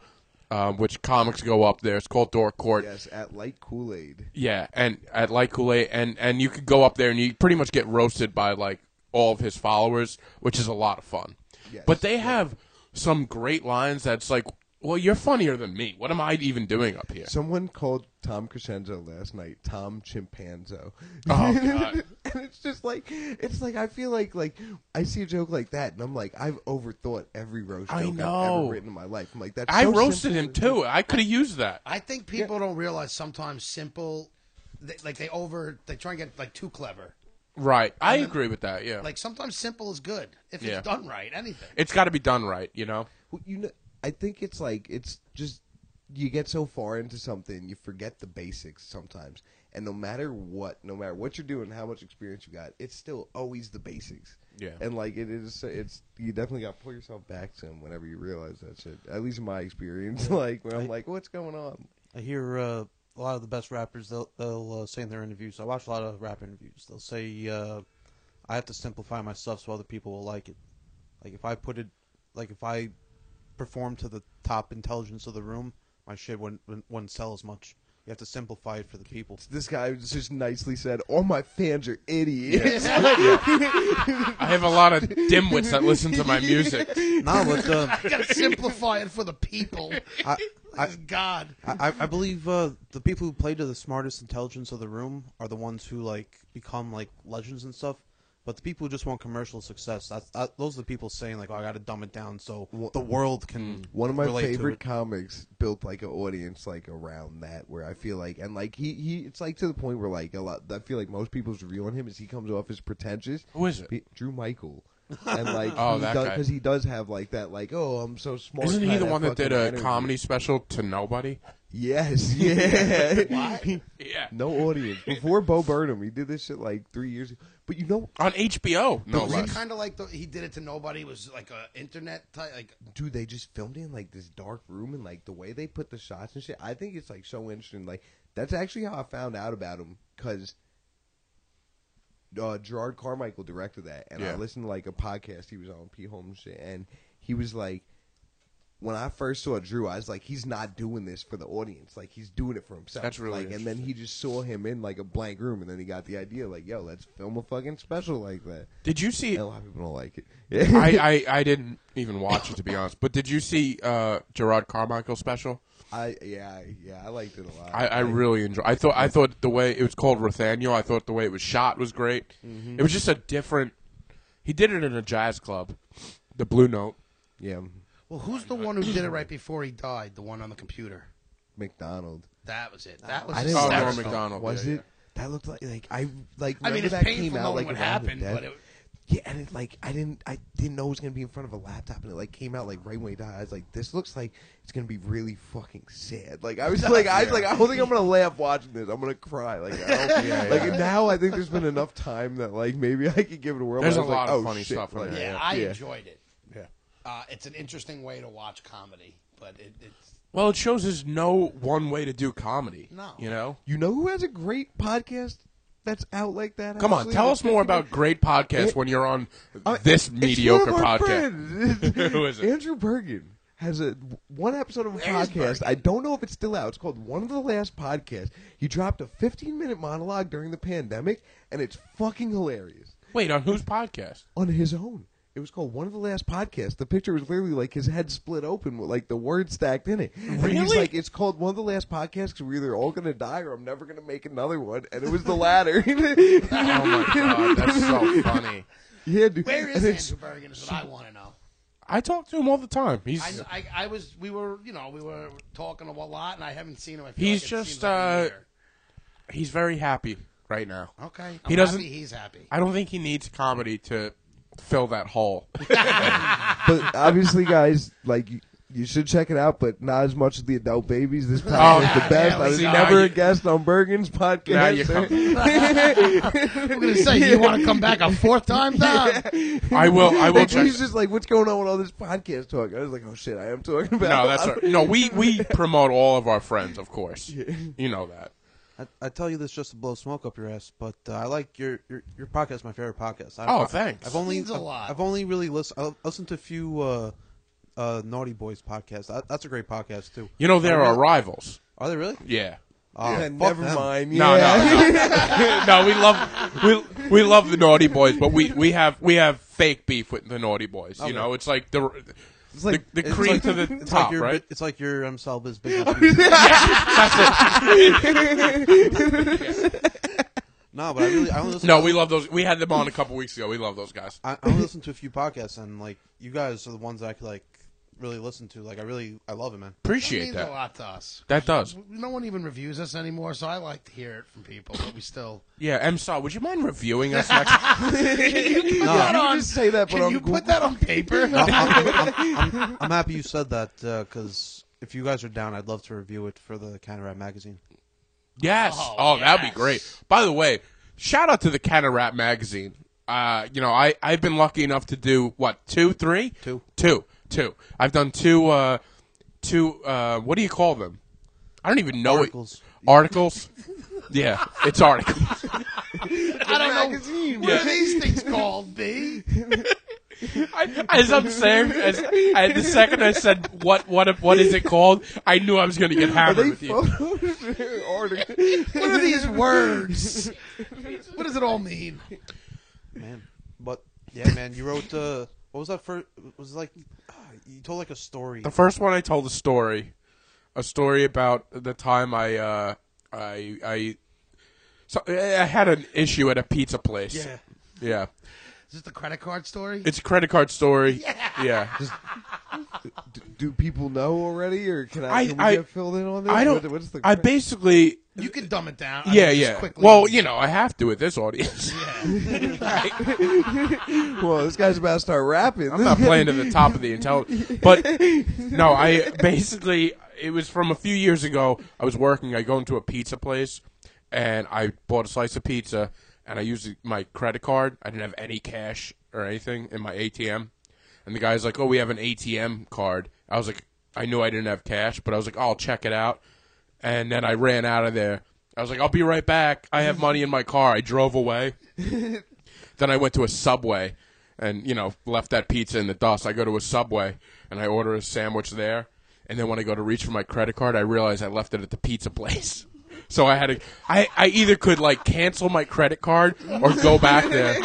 S2: um, which comics go up there. It's called Door Court.
S4: <laughs> yes at Light Kool Aid.
S2: Yeah, and at Light Kool Aid, and and you could go up there and you pretty much get roasted by like all of his followers, which is a lot of fun.
S4: Yes.
S2: But they have some great lines that's like, well, you're funnier than me. What am I even doing up here?
S4: Someone called Tom Crescenzo last night Tom Chimpanzo. <laughs>
S2: Oh, God.
S4: and it's just like it's like I feel like like I see a joke like that and I'm like I've overthought every roast joke
S2: I
S4: have
S2: know.
S4: ever written in my life. I'm like that's
S2: I
S4: so
S2: roasted
S4: simple.
S2: him too. I could have used that.
S3: I think people don't realize sometimes simple, they, like they over, they try and get like too clever.
S2: Right. I agree with that. Yeah.
S3: Like sometimes simple is good if
S2: Yeah.
S3: it's done right. Anything.
S2: it's got to be done right, you know.
S4: Well, you know, I think it's like it's just you get so far into something you forget the basics sometimes. And no matter what, no matter what you're doing, how much experience you got, it's still always the basics.
S2: Yeah.
S4: And like it is, it's you definitely got to pull yourself back some whenever you realize that shit. At least in my experience, <laughs> like where I'm like, what's going on?
S5: I hear uh, a lot of the best rappers. They'll they'll uh, say in their interviews. I watch a lot of rap interviews. They'll say, uh, "I have to simplify my stuff so other people will like it." Like if I put it, like if I perform to the top intelligence of the room, my shit wouldn't wouldn't- wouldn't sell as much. You have to simplify it for the people.
S4: This guy just nicely said, "All my fans are idiots." <laughs>
S2: I have a lot of dimwits that listen to my music.
S5: No, but uh,
S3: I gotta simplify it for the people.
S5: I, I,
S3: This God.
S5: I, I believe uh, the people who play to the smartest intelligence of the room are the ones who like become like legends and stuff. But the people who just want commercial success, that's, uh, those are the people saying like, oh, "I got to dumb it down so the world can."
S2: mm.
S4: One of my
S5: relate to
S4: favorite
S5: it."
S4: comics built like an audience like around that, where I feel like, and like he, he, it's like to the point where like a lot. I feel like most people's review on him is he comes off as pretentious.
S2: Who is it?
S4: Pe- Drew Michael.
S5: <laughs>
S4: And like,
S2: Oh,
S4: he
S2: that guy.
S4: because he does have like that, like, oh, I'm so smart.
S2: Isn't he
S4: kinda
S2: the one that did
S4: fucking
S2: a
S4: energy.
S2: comedy special to nobody? <laughs>
S4: Yes, yeah.
S2: Yeah.
S4: no audience before Bo Burnham. He did this shit like three years ago. But you know,
S2: On HBO, no
S3: was it
S2: less.
S3: kind of like the, he did it to nobody? It was like a internet type, like
S4: dude, they just filmed it in like this dark room and like the way they put the shots and shit. I think it's like so interesting. Like that's actually how I found out about him because uh, Gerard Carmichael directed that, and
S2: Yeah.
S4: I listened to like a podcast he was on, P Holmes shit, and he was like. When I first saw Drew, I was like, "He's not doing this for the audience. Like, he's doing it for himself."
S2: That's really
S4: like, and then he just saw him in like a blank room, and then he got the idea, like, "Yo, let's film a fucking special like that."
S2: Did you see?
S4: And a lot of people don't like
S2: <laughs>
S4: it.
S2: I, I, I didn't even watch it to be honest. But did you see uh, Gerard Carmichael special?
S4: <laughs> I yeah I- yeah I liked it a lot.
S2: I, I really enjoy. I thought I thought the way it was called Rathaniel. I thought the way it was shot was great. It was just a different. He did it in a jazz club, the Blue Note.
S4: yeah
S3: Well, who's the one who did it right before he died? The one on the computer.
S4: McDonald.
S3: That was it. That was.
S4: I didn't
S2: Oh,
S4: watch
S2: Norm
S3: hysterical.
S4: that.
S2: Macdonald,
S4: Was
S2: yeah,
S4: it? That looked like like I like.
S3: I mean,
S4: remember
S3: it's
S4: that
S3: painful
S4: came out
S3: knowing
S4: like
S3: what
S4: around the
S3: happened,
S4: death-
S3: but it-
S4: yeah, and it like I didn't I didn't know it was gonna be in front of a laptop, and it like came out like right when he died. I was like, this looks like it's gonna be really fucking sad. Like
S2: <laughs>
S4: I was like I was like I don't think I'm gonna laugh watching this. I'm gonna cry. Like
S2: <laughs>
S4: I don't, like now I think there's been enough time that like maybe I could give it a whirl.
S2: There's
S4: but I
S2: a
S4: was like,
S2: lot of
S4: oh,
S2: funny
S4: shit,
S2: stuff in
S4: like,
S2: there,
S3: Yeah, I
S4: yeah.
S3: enjoyed it.
S2: Yeah.
S3: Uh, it's an interesting way to watch comedy, but it, it's
S2: Well, it shows there's no one way to do comedy.
S3: No.
S2: you know.
S4: You know who has a great podcast that's out like that?
S2: Come on,
S4: actually?
S2: tell us more about great podcasts
S4: It-
S2: when you're on
S4: Uh,
S2: this
S4: it's
S2: mediocre
S4: one of our
S2: podcast.
S4: <laughs> friends.
S2: Who is it?
S4: Andrew Bergen has a one episode of a podcast. I don't know if it's still out. It's called One of the Last Podcasts. He dropped a 15 minute monologue during the pandemic, and it's fucking hilarious
S2: Wait, on whose podcast?
S4: <laughs> on his own. It was called One of the Last Podcasts. The picture was literally like his head split open with like the words stacked in it. And he's
S2: Really?
S4: like, it's called One of the Last Podcasts because we're either all going to die or I'm never going to make another one. And it was the latter. <laughs>
S2: Oh my god, that's so funny.
S4: yeah, dude.
S3: where
S4: And
S3: is
S4: it's-
S3: Andrew Bergen? Is what I want to know.
S2: I talk to him all the time. He's
S3: I, I, I was we were you know we were talking a lot, and I haven't seen him. I feel
S2: He's
S3: like it
S2: just,
S3: seems like a
S2: uh,
S3: year.
S2: he's very happy right now.
S3: okay. I'm
S2: he doesn't-
S3: Happy he's happy.
S2: I don't think he needs comedy to fill that
S4: <laughs>
S2: hole.
S4: but obviously, guys, like you, you should check it out, but not as much as the adult babies. This
S2: Oh,
S4: podcast is
S2: yeah,
S4: the best.
S3: yeah,
S4: I
S3: we
S4: was
S2: got
S4: never
S2: you.
S4: a guest on Bergen's podcast.
S2: Now you come.
S3: I'm gonna say you want to come back a fourth time. Nah.
S2: I will. I will
S4: Like,
S2: check.
S4: he's just like, what's going on with all this podcast talk? I was like, oh shit, I am talking about.
S2: No, that's all right. no. We we promote all of our friends, of course. You know that.
S5: I, I tell you this just to blow smoke up your ass, but uh, I like your, your your podcast. My favorite podcast. I,
S2: Oh,
S5: I-
S2: thanks.
S5: I've only
S3: Means a
S5: I've-
S3: lot.
S5: I've only really listened. I listened to a few uh, uh, Naughty Boys podcasts. That, that's a great podcast too.
S2: You know they're our rivals.
S5: Are they really?
S2: Yeah.
S5: Oh,
S4: Yeah, <laughs>
S5: fuck
S4: never
S5: them.
S4: mind.
S2: No, <laughs>
S4: yeah.
S2: no, no.
S5: <laughs>
S2: no, we love we we love the Naughty Boys, but we we have we have fake beef with the Naughty Boys. You know, it's like the
S5: like-
S2: the, the
S5: it's
S2: cream
S5: like-
S2: to the
S5: <laughs> it's
S2: top,
S5: like your,
S2: right?
S5: It's like your um, M.
S2: <laughs>
S5: Salva's big. Issue. no, but I really I
S3: <laughs>
S5: only listen.
S2: No, we love those. We had them on a couple weeks ago. We love those guys.
S5: I, I only listen to a few podcasts, and like you guys are the ones that I could like really listen to. Like I really I love it, man.
S2: Appreciate
S3: means a
S2: that.
S3: lot to us.
S2: That does.
S3: No one even reviews us anymore, so I like to hear it from people. But we still.
S2: Yeah, M. Saw, would you mind reviewing us next?
S4: <laughs> You can just say that, but
S3: Can
S4: on
S3: you
S4: Google.
S3: put that on paper?
S5: I'm, I'm- I'm- I'm happy you said that because if you guys are down, I'd love to review it for the Canterbury magazine.
S2: Yes. Oh,
S3: Oh,
S2: that'd
S3: yes.
S2: be great. By the way, shout out to the Can of Rap magazine. Uh, you know, I, I've been lucky enough to do what, two, three?
S5: Two.
S2: Two. Two. I've done two uh two uh what do you call them? I don't even know
S5: Articles.
S2: It. Articles. <laughs> yeah, it's articles.
S3: I don't know. What are these things called, B?
S2: <laughs> I, as I'm saying, as, I, the second I said what what what is it called, I knew I was going to get
S4: Are
S2: hammered
S4: they
S2: with you.
S4: photos <laughs> or articles?
S3: What are these words? What does it all mean?
S5: man. But yeah, man, you wrote uh, what was that first? Was it like <sighs> ah, you told like a story.
S2: The first one I told a story, a story about the time I uh, I I so I I had an issue at a pizza place.
S5: Yeah.
S2: yeah.
S3: Is this the credit card story?
S2: It's a credit card story. Yeah,
S4: D- do people know already, or can I,
S2: I-
S4: can we
S2: I-
S4: get filled in on this?
S2: I don't.
S4: What- what's the
S2: I basically.
S3: you can dumb it down. I
S2: Yeah,
S3: mean, just
S2: yeah.
S3: Quickly.
S2: Well, you know, I have to with this audience.
S4: <laughs>
S2: <laughs>
S4: well, this guy's about to start rapping.
S2: I'm
S4: <laughs>
S2: not playing to the top of the intelligence. But no, I basically it was from a few years ago. I was working. I go into a pizza place, and I bought a slice of pizza, and I used my credit card. I didn't have any cash or anything in my ATM, and the guy's like, "Oh, we have an ATM card." I was like, I knew I didn't have cash, but I was like, "I'll check it out," and then I ran out of there. I was like, "I'll be right back. I have money in my car." I drove away. Then I went to a Subway and, you know, left that pizza in the dust. I go to a Subway and I order a sandwich there. And then when I go to reach for my credit card, I realize I left it at the pizza place. <laughs> So I had to, I, I either could like cancel my credit card or go back there.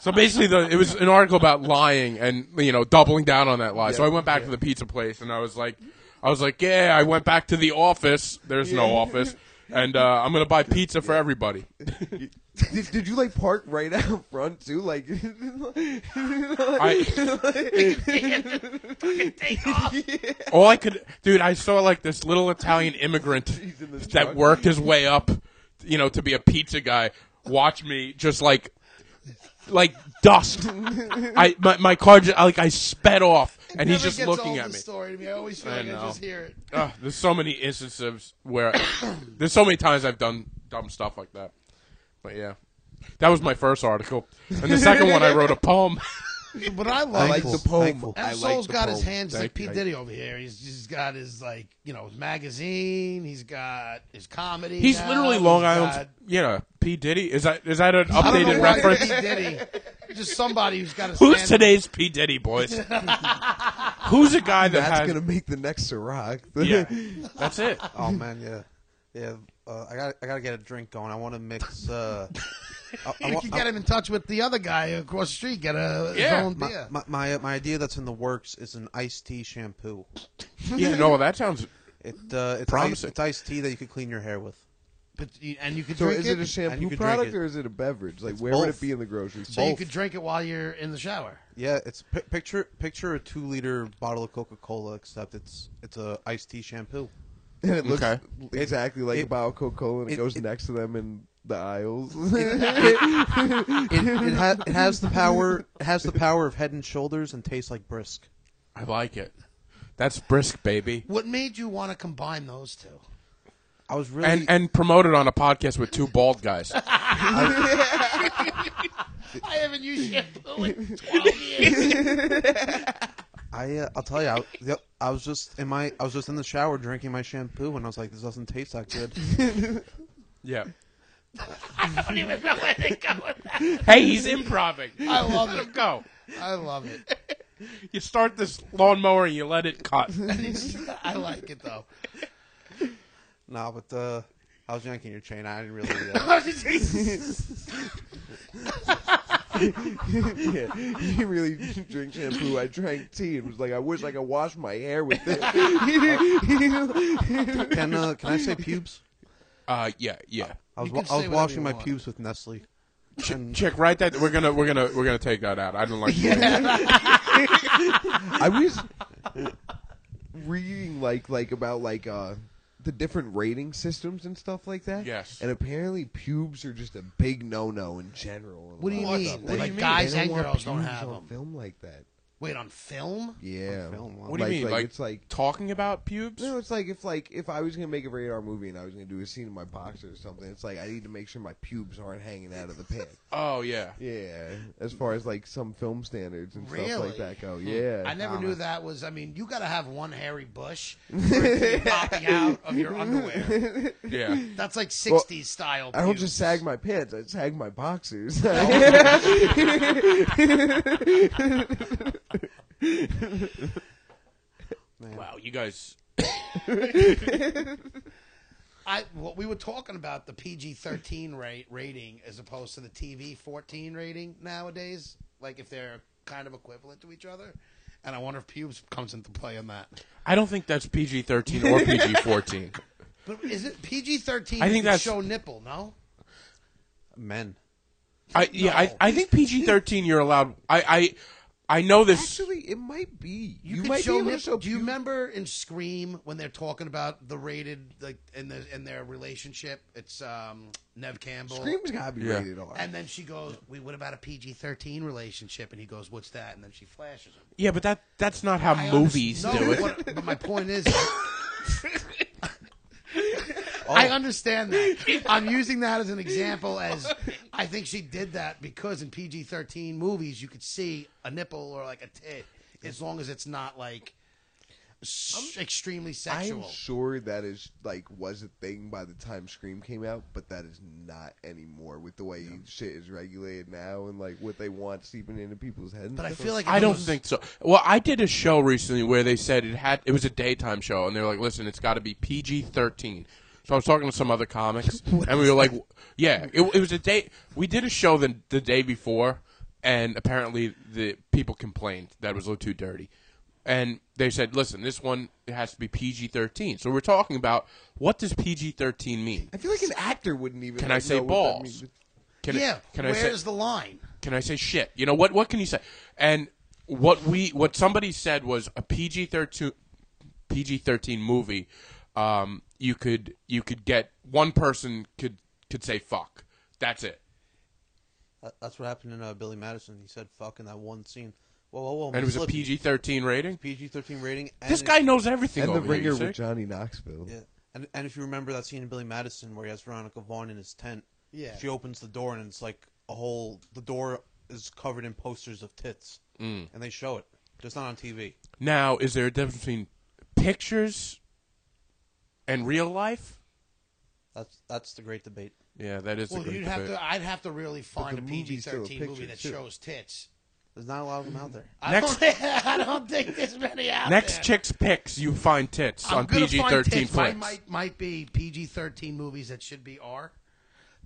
S2: So basically, the, it was an article about lying and you know doubling down on that lie. So I went back to the pizza place and I was like, I was like, yeah, I went back to the office. There's no office, and uh, I'm gonna buy pizza for everybody.
S4: <laughs> did, did you like park right out <laughs> front too? Like,
S2: I, <laughs>
S3: Take off.
S2: All I could, dude, I saw like this little Italian immigrant
S4: in the
S2: that
S4: truck.
S2: worked his way up, you know, to be a pizza guy. Watch me just like, like dust. I my my car just like I sped off, and he's
S3: Never
S2: just
S3: gets
S2: looking
S3: old,
S2: at
S3: this
S2: me.
S3: Story to me. I always feel
S2: I
S3: like I
S2: know.
S3: just hear it.
S2: Ugh, there's so many instances where <coughs> there's so many times I've done dumb stuff like that. But yeah, that was my first article, and the second one I wrote a poem. <laughs>
S3: But I love
S4: I like
S5: Thankful,
S4: the poem.
S5: thankful.
S4: I
S3: Soul's
S4: like the
S3: got his
S4: poem.
S3: hands like
S2: Thank
S3: P
S2: you.
S3: Diddy over here. He's he's got his like you know his magazine. He's got his comedy.
S2: He's
S3: now.
S2: literally Long
S3: He's
S2: Island.
S3: got-
S2: You know, P Diddy is that is that an
S3: I don't know
S2: updated
S3: why it's
S2: reference?
S3: P Diddy. Just somebody who's got his
S2: Who's
S3: hands-
S2: today's P Diddy
S3: <laughs>
S2: boys? Who's a guy that
S4: That's
S2: has?
S4: gonna make the next Ciroc. <laughs>
S2: yeah, that's it.
S5: <laughs> oh man, yeah, yeah. Uh, I got I gotta get a drink going. I want to mix.
S3: <laughs>
S5: Uh, I, I,
S3: You
S5: wa-
S3: can get him in touch with the other guy across the street. Get a his
S2: Yeah.
S3: own
S5: my,
S3: beer.
S5: my, my my idea that's in the works is an iced tea shampoo.
S2: Yeah, no, that sounds.
S5: It uh, it's, ice,
S2: Promising.
S5: it's iced tea that you could clean your hair with.
S3: but you, and you could
S4: So
S3: drink
S4: is it a
S5: And you
S4: shampoo
S5: could drink
S4: product
S5: it.
S4: or is it a beverage? Like, where would
S5: both.
S4: it be in the grocery
S3: so
S4: store?
S3: you
S5: both.
S3: could drink it while you're in the shower.
S5: Yeah, it's pi picture picture a two liter bottle of Coca Cola, except it's it's a iced tea shampoo.
S4: And it looks
S2: Okay.
S4: exactly like
S5: it-
S4: a bottle of Coca-Cola, and it,
S5: it-
S4: goes
S5: it-
S4: next to them in the aisles. <laughs>
S5: It, it, ha- it has the power it has the power of Head and Shoulders and tastes like brisk.
S2: I like it. That's brisk, baby,
S3: What made you want to combine those two?
S5: I was really
S2: and and promoted on a podcast with two bald guys.
S3: I haven't used
S2: <laughs>
S3: shampoo in 12 years.
S5: I uh, I'll tell you I, the- I was just in my I was just in the shower drinking my shampoo and I was like this doesn't taste that
S3: <laughs>
S5: good.
S2: Yeah.
S3: I don't even know where they go with that.
S2: Hey, he's improving.
S3: I love
S2: Let him
S3: it.
S2: go.
S3: I love it.
S2: You start this lawnmower and you let it cut.
S3: I like it <laughs> though.
S5: nah, but uh, I was yanking your chain. I didn't really. Uh,
S4: <laughs> yeah, he really drank shampoo. I drank tea and was like, I wish I could wash my hair with this. <laughs>
S5: can uh, can I
S3: <laughs>
S5: say pubes?
S2: Uh, yeah, yeah.
S5: I was
S3: You
S5: wa-
S3: can say
S5: I was
S3: whatever you
S5: washing my
S3: want.
S5: pubes with Nestle. And
S2: Chick, write that. We're gonna, we're gonna, we're gonna take that out. I don't like. <laughs>
S4: <laughs> I was reading like like about like uh the different rating systems and stuff like that.
S2: Yes.
S4: And apparently pubes are just a big no no in general.
S3: What do you
S4: Like,
S3: mean?
S4: they-
S3: Like
S4: they
S3: guys
S4: don't
S3: and
S4: want
S3: girls don't
S4: pubes
S3: have
S4: on
S3: them.
S4: film like that.
S3: Wait, on film?
S4: Yeah.
S5: film, wow.
S2: What do you mean? Like,
S4: it's like
S2: talking about pubes?
S4: No, it's like if like if I was gonna make a radar movie and I was gonna do a scene in my boxer or something, it's like I need to make sure my pubes aren't hanging out of the
S3: <laughs>
S4: pant.
S2: Oh yeah.
S4: yeah, as far as like some film standards and stuff
S3: Really? Hmm.
S4: like that go. Yeah, Oh,
S3: I never knew
S4: Thomas.
S3: that was. I mean, you got to have one hairy
S4: <laughs>
S3: bush for it to be popping out of your underwear.
S2: Yeah.
S3: That's like '60s style.
S4: I don't
S3: pubes.
S4: just sag my pants; I sag my boxers. <laughs>
S2: wow, you guys
S3: I what we were talking about the PG thirteen rate rating as opposed to the TV fourteen rating nowadays. Like if they're kind of equivalent to each other, and I wonder if pubes comes into play on that.
S2: I don't think that's PG thirteen or PG <laughs> fourteen.
S3: But is it PG thirteen?
S2: I think that's-
S3: show nipple. No,
S5: Men.
S2: I yeah,
S3: No.
S2: I, I think PG thirteen you're allowed I, I I know this
S4: Actually, it might be. You,
S3: could
S4: might be able to
S3: nip-
S4: show.
S3: Do you
S4: pubes.
S3: remember in Scream when they're talking about the rated like in the in their relationship? It's um, Nev Campbell.
S4: Scream's gotta be
S2: Yeah.
S4: rated R.
S3: And then she goes, "Wait, what about a PG thirteen relationship?" And he goes, "What's that?" And then she flashes him.
S2: Yeah, but that that's not how
S3: I
S2: movies
S3: understand-
S2: do
S3: no,
S2: it.
S3: what- but my point
S2: <laughs>
S3: is.
S2: Oh.
S3: I understand that. I'm using that as an example. As I think she did that because in PG-13 movies you could see a nipple or like a tit, as long as it's not like
S2: Um,
S3: s- extremely
S4: I'm
S3: sexual.
S4: sure that is like was a thing by the time Scream came out, but that is not anymore with the way shit is regulated now and like what they want seeping into people's heads. and
S3: But I
S4: stuff.
S3: feel like
S2: I
S3: if it
S2: don't
S3: was-
S2: think so. Well, I did a show recently where they said it had it was a daytime show, and they were like, "Listen, it's got to be PG thirteen. So I was talking to some other
S4: <laughs>
S2: comics, and we were like, "Yeah, it, it was a day." We did a show the the day before, and apparently the people complained that it was a little too dirty, and they said, "Listen, this one it has to be PG thirteen. So we're talking about what does PG thirteen mean?
S4: I feel like an actor wouldn't even.
S2: Can I
S4: like,
S2: say
S4: know what that
S2: balls?
S4: means.
S2: Can I-
S3: yeah.
S2: can I
S3: where's
S2: say
S3: the line?
S2: can I say shit? You know what? What can you say? And what we what somebody said was a PG thirteen PG thirteen movie. Um, you could you could get one person could could say fuck. That's it.
S5: That- That's what happened in uh, Billy Madison. He said "fuck" in that one scene. Whoa, whoa, whoa!
S2: And it was a PG thirteen rating.
S5: PG thirteen rating. And
S2: This
S5: it-
S2: guy knows everything.
S4: And the
S2: over here, you
S4: ringer
S2: see?
S4: with Johnny Knoxville.
S5: Yeah, and and if you remember that scene in Billy Madison where he has Veronica Vaughn in his tent.
S3: Yeah.
S5: She opens the door and it's like a whole. The door is covered in posters of tits, mm. and they show it just not on TV.
S2: now, is there a difference between pictures and real life?
S5: That's that's the great debate.
S2: Yeah, that is.
S3: Well,
S2: the great
S3: you'd have
S2: debate.
S3: to. I'd have to really find
S4: the
S3: a
S4: movie's still a
S3: PG-13 movie
S4: picture,
S3: that
S4: too.
S3: shows tits.
S5: There's not a lot of them out there.
S3: I
S2: Next-
S3: don't. <laughs> I don't think there's many out
S2: Next
S3: there.
S2: chicks picks you find tits
S3: I'm
S2: on
S3: gonna
S2: PG
S3: find
S2: thirteen
S3: tits. Mine
S2: flicks.
S3: might might be PG thirteen movies that should be R,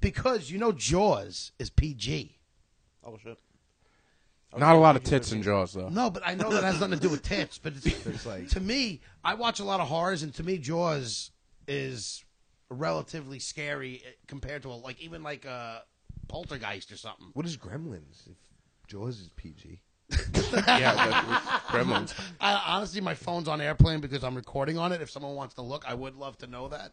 S3: because you know Jaws is PG.
S5: Oh shit!
S2: Not a lot of tits and jaws
S3: <laughs>
S2: though.
S3: No, but I know that has nothing to do with tits. But
S2: <laughs>
S3: it's,
S4: It's like-
S3: to me, I watch a lot of horrors, and to me, Jaws is relatively scary eh, compared to a, like even like a Poltergeist or something.
S4: What is Gremlins? If Jaws is PG.
S2: yeah, that- Gremlins.
S3: I, honestly, my phone's on airplane because I'm recording on it. If someone wants to look, I would love to know that.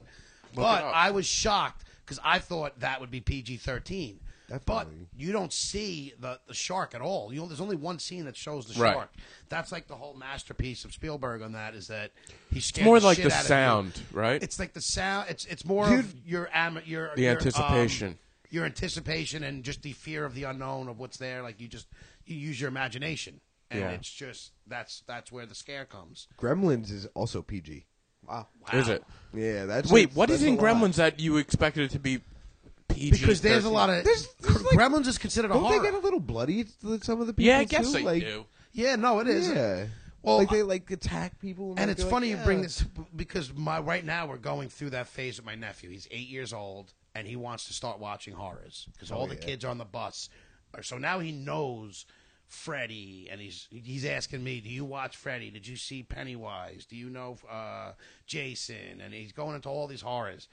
S3: but
S2: up.
S3: I was shocked because I thought that would be PG 13. But
S4: Definitely.
S3: you don't see the, the shark at all. You know, there's only one scene that shows the
S2: Right.
S3: shark. That's like the whole masterpiece of Spielberg on that is that he scared
S2: It's more
S3: the
S2: like
S3: shit
S2: the
S3: out of you.
S2: sound, right?
S3: It's like the sound. It's it's more of your am your
S2: The
S3: your,
S2: anticipation.
S3: um, your anticipation and just the fear of the unknown of what's there. Like you just you use your imagination, and
S2: Yeah.
S3: it's just that's that's where the scare comes.
S4: Gremlins is also PG.
S5: Wow.
S2: is it?
S4: Yeah, that's
S2: Wait,
S4: that's-
S2: what is
S4: that's
S2: in
S4: a lot.
S2: Gremlins that you expected it to be PG?
S3: Because there's a lot of
S4: There's- there's like-
S3: Gremlins is considered a
S4: Don't
S3: horror.
S4: they get a little bloody? to Some of the people.
S2: Yeah, I guess
S4: too?
S2: they
S4: like,
S2: do.
S3: yeah, no, it is.
S4: Yeah.
S3: Well,
S4: like
S3: I-
S4: they like attack people.
S3: And
S4: like,
S3: it's
S4: they're
S3: funny
S4: like,
S3: you bring
S4: "Yeah."
S3: this because my right now we're going through that phase with my nephew. He's eight years old and he wants to start watching horrors
S4: Oh,
S3: because all the kids are on the bus. So now he knows Freddy, and he's he's asking me, "Do you watch Freddy? Did you see Pennywise? Do you know uh, Jason?" And he's going into all these horrors,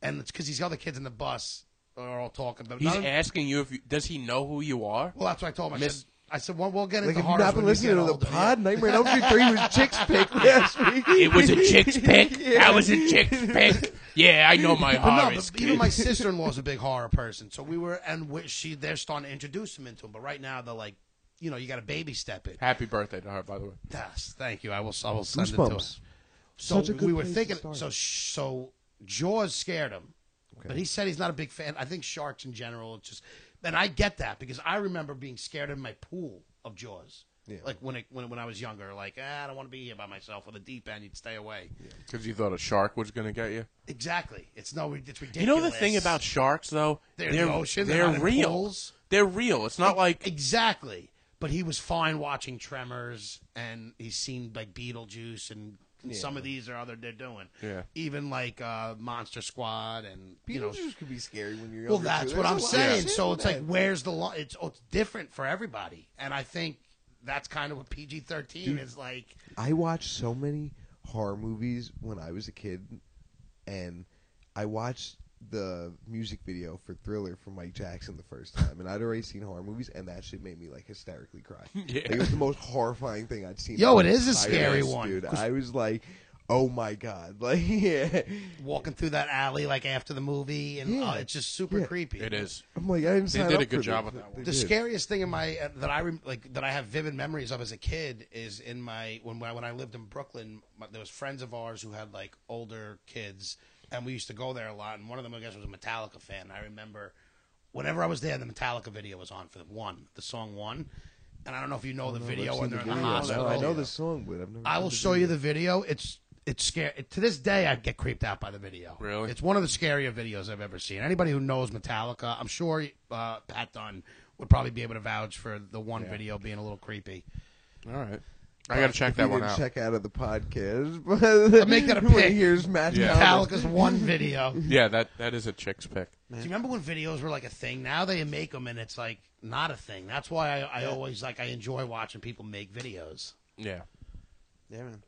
S3: and it's because these other kids in the bus are all talking about.
S2: He's
S3: none of-
S2: asking you if you, does he know who you are?
S3: well, that's what I told him. I said, I said, well, we'll get into
S4: Like, if you've
S3: horrors
S4: not been
S3: when you get
S4: listening to the
S3: older."
S4: pod, Nightmare on
S3: <laughs>
S4: Elm Street 3 was Chick's pick last week.
S2: It was a chick's pick. That was a chick's
S3: <laughs>
S2: pick. Yeah, I know my
S3: But no,
S2: horrors. <laughs>
S3: but even my sister in law's a big horror person. So we were, and we, she, they're starting to introduce him into him. But right now, they're like, you know, you got to baby step it.
S2: Happy birthday to her, by the way.
S3: Yes, thank you. I will. I will send it to
S4: Goosebumps.
S3: us. So
S4: Such a good
S3: we were
S4: place to
S3: thinking.
S4: start.
S3: So so Jaws scared him, but he said he's not a big fan. I think sharks in general. It's just, and I get that because I remember being scared in my pool of Jaws.
S4: Yeah.
S3: Like when it, when when I was younger, like ah, I don't want to be here by myself with a deep end. You'd stay away.
S2: Because you thought a shark was going to get you.
S3: Exactly. It's no. It's ridiculous.
S2: You know the thing about sharks, though?
S3: They're in the ocean, they're not in
S2: real.
S3: pools.
S2: They're real. It's not like
S3: exactly. But he was fine watching Tremors, and he's seen like Beetlejuice and. Some of these are other they're doing.
S2: Yeah.
S3: Even like uh, Monster Squad and you know
S4: Beetlejuice could be scary when you're
S3: Well,
S4: younger,
S3: that's
S4: too.
S3: what
S4: There's
S3: I'm
S4: a lot of
S3: saying.
S4: shit
S3: So
S4: in
S3: it's like,
S4: that.
S3: where's the line? It's, oh, it's different for everybody, and I think that's kind of what PG-13 is like.
S4: I watched so many horror movies when I was a kid, and I watched the music video for Thriller from Mike Jackson the first time, and I'd already seen horror movies, and that shit made me like hysterically cry.
S2: <laughs> Yeah.
S4: Like, it was the most horrifying thing I'd seen.
S3: Yo,
S4: in
S3: it is a
S4: my entire
S3: scary
S4: life,
S3: one.
S4: dude. I was like, oh my god, <laughs> like yeah.
S3: Walking through that alley like after the movie, and
S4: Yeah.
S3: uh, it's just super
S4: Yeah.
S3: creepy.
S2: it is.
S4: I'm like, I didn't sign
S2: did
S4: up
S2: a good
S4: for
S2: job
S4: this.
S2: with that
S4: They
S2: one.
S3: The
S4: did.
S3: scariest thing in my uh, that I rem- like that I have vivid memories of as a kid is in my when when I, when I lived in Brooklyn, my, there was friends of ours who had like older kids, and we used to go there a lot. And one of them, I guess, was a Metallica fan. I remember whenever I was there, the Metallica video was on for the one, the song one. And I don't know if you know the
S4: I've
S3: video
S4: seen
S3: when
S4: the
S3: they're in the
S4: video. Oh, No,
S3: hospital.
S4: I know the song, but I've never.
S3: I
S4: seen
S3: will
S4: the
S3: show
S4: video.
S3: you the video. It's it's scary. To this day, I get creeped out by the video.
S2: Really?
S3: It's one of the scarier videos I've ever seen. Anybody who knows Metallica, I'm sure uh, Pat Dunn would probably be able to vouch for the one video being a little
S5: <laughs>
S3: creepy.
S2: All right. I got to check
S4: We
S2: that one
S4: didn't
S2: out.
S4: check out of the podcast, <laughs> but
S3: make that a
S4: when
S3: pick.
S4: Here's Matt
S2: Yeah.
S4: Callender.
S3: Metallica's one
S5: <laughs>
S3: video. Do
S2: Yeah, that, that is a chick's pick.
S3: you remember when videos were like a thing? Now they make them and it's like not a thing. That's why I, I always like I enjoy watching people make videos.
S2: Yeah.
S5: Yeah, man.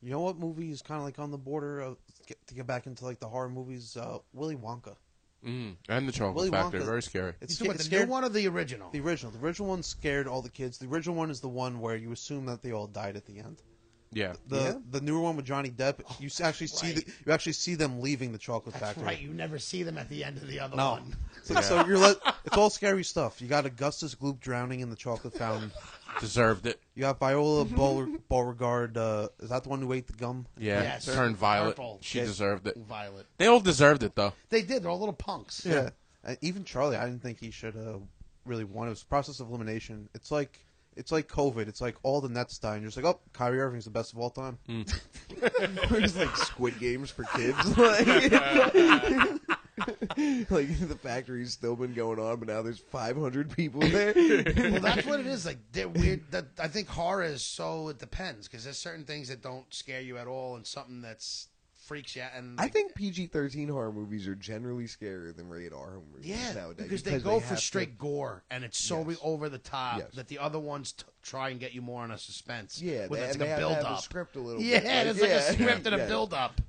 S5: You know what movie is kind of like on the border of get, to get back into like the horror movies? Uh, Willy Wonka.
S2: Mm. And the chocolate
S5: Willy
S2: factory.
S5: Wonka.
S2: Very scary.
S5: It's,
S3: You
S5: sca-
S3: talking about
S5: it
S3: the new
S5: scared
S3: one or the original?
S5: The original. The original one scared all the kids. The original one is the one where you assume that they all died at the end.
S2: Yeah.
S5: The the newer one with Johnny Depp, you s- actually see the, you actually see them leaving the chocolate
S3: That's
S5: factory.
S3: right. You never see them at the end of the other
S5: No.
S3: one.
S5: So, so you're let, it's all scary stuff. You got Augustus Gloop drowning in the chocolate fountain.
S2: Deserved it.
S5: You got Viola Beaur- Beauregard. Uh, is that the one who ate the gum?
S2: Yeah.
S3: Yes.
S2: Turned violet.
S3: Purple.
S2: She
S5: Yeah.
S2: deserved it.
S3: Violet.
S2: They all deserved it, though.
S3: They did. They're all little punks.
S5: Yeah. And even Charlie, I didn't think he should uh, really won. It was a process of elimination. It's like it's like COVID. It's like all the Nets die, and you're just like, oh, Kyrie Irving's the best of all time.
S3: <laughs>
S4: It's like Squid Games for kids. Like, <laughs> like, the factory's still been going on, but now there's 500
S3: <laughs>
S4: people there.
S3: well, that's
S4: <laughs>
S3: what it is. Like they're weird. That I think horror is so it depends because there's certain things that don't scare you at all, and something that's freaks you. out. And
S4: I
S3: like,
S4: think PG-13 horror movies are generally scarier than rated R horror movies
S3: yeah,
S4: nowadays
S3: because they go
S4: have
S3: for
S4: to-
S3: straight gore, and it's so re- over the top
S4: Yes.
S3: that the other ones t- try and get you more on a suspense.
S4: yeah,
S3: where
S4: they,
S3: it's
S4: and they
S3: like a
S4: have to
S3: build
S4: have a
S3: up.
S4: script a little.
S3: Yeah,
S4: bit. Like,
S3: it's like
S4: yeah,
S3: a script and
S4: <laughs> yeah.
S3: a build up.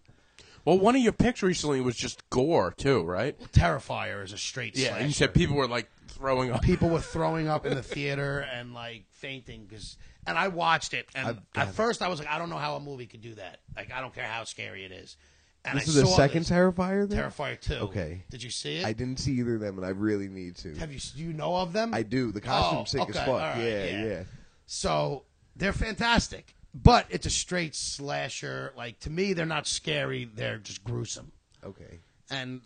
S2: Well, one of your picks recently was just gore, too, right?
S3: Terrifier is a straight.
S2: Yeah. And you
S3: slasher.
S2: said people were, like, throwing up.
S3: people were throwing up in the theater and like fainting because and i watched it and at first i was like i don't know how a movie could do that like i don't care how scary it is and
S4: This
S3: I
S4: is the
S3: saw
S4: second
S3: this.
S4: Terrifier. Then?
S3: terrifier 2
S4: Okay.
S3: did you see it
S4: I didn't see either of them, and I really need to.
S3: have you do you know of them Oh,
S4: I do. The costume's sick as
S3: okay,
S4: fuck.
S3: all right,
S4: yeah,
S3: yeah.
S4: yeah,
S3: so they're fantastic but it's a straight slasher like to me they're not scary they're just gruesome
S4: Okay.
S3: and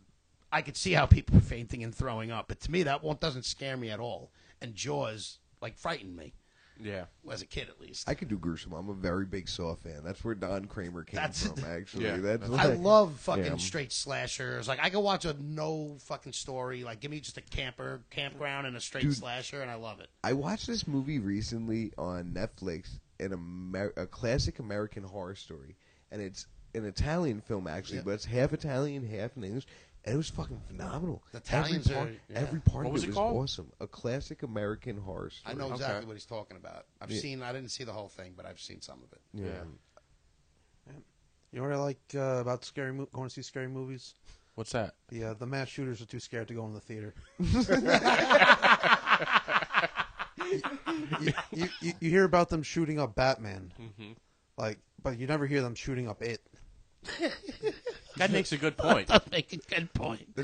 S3: I could see how people were fainting and throwing up, but to me that one doesn't scare me at all. And Jaws like frightened me
S2: Yeah.
S3: as a kid, at least.
S4: I could do gruesome. I'm a very big Saw fan. That's where Don Kramer came
S3: That's- <laughs>
S4: from. Actually,
S2: Yeah.
S4: that's
S3: I
S4: like-
S3: love fucking
S4: Yeah.
S3: straight slashers. Like I can watch a no fucking story. Like give me just a camper campground and a straight
S4: Dude.
S3: slasher, and I love it.
S4: I watched this movie recently on Netflix, an Amer- a classic American horror story, and it's an Italian film actually, but it's half Italian, half in English, and it was fucking phenomenal.
S3: The Italians
S4: every part,
S3: are- yeah.
S4: every part
S2: What
S4: of
S2: was
S4: it
S2: it
S4: was
S2: called?
S4: awesome. A classic American horror
S3: I
S4: story.
S3: know
S2: Okay.
S3: exactly what he's talking about. I've seen. I didn't see the whole thing, but I've seen some
S4: <laughs>
S3: of it.
S4: Yeah.
S5: You know what I like uh, about scary mo- going to see scary movies?
S2: What's that?
S5: The uh, the mass shooters are too scared to go in the theater. <laughs> you, you, you, you hear about them shooting up Batman, like, but you never hear them shooting up it.
S2: <laughs> That makes a good point.
S3: Make a good point.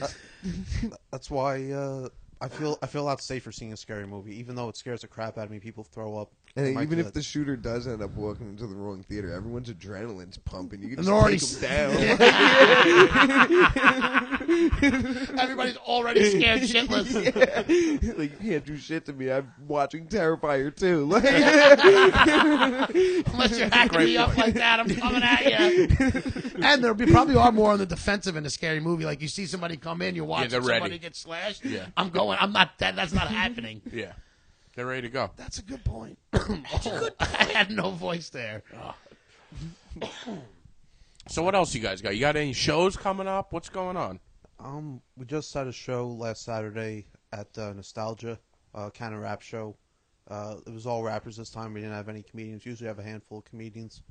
S5: That's why uh, I feel I feel a lot safer seeing a scary movie, even though it scares the crap out of me. People throw up.
S4: And
S5: My
S4: even if
S5: kid.
S4: the shooter does end up walking into the wrong theater, everyone's adrenaline's pumping. You can
S3: And
S4: just
S3: they're already
S4: take 'em down.
S3: Everybody's already
S4: <laughs>
S3: scared shitless. <laughs>
S4: like you can't do shit to me. I'm watching Terrifier too. <laughs> Like,
S3: Unless <laughs> you're hacking me up like that, I'm coming at you. <laughs> and there be probably are more on the defensive in a scary movie. Like you see somebody come in, you're watching
S2: they're
S3: somebody
S2: ready.
S3: get slashed.
S2: Yeah.
S3: I'm going. I'm not. That, that's not <laughs> happening.
S2: Yeah, they're ready to go.
S3: That's a good point. Oh, <laughs> I had no voice there.
S2: So what else you guys got? You got any shows coming up? What's going on?
S5: Um, we just had a show last Saturday at uh, Nostalgia, uh, kind of rap show. Uh, it was all rappers this time. We didn't have any comedians. Usually have a handful of comedians,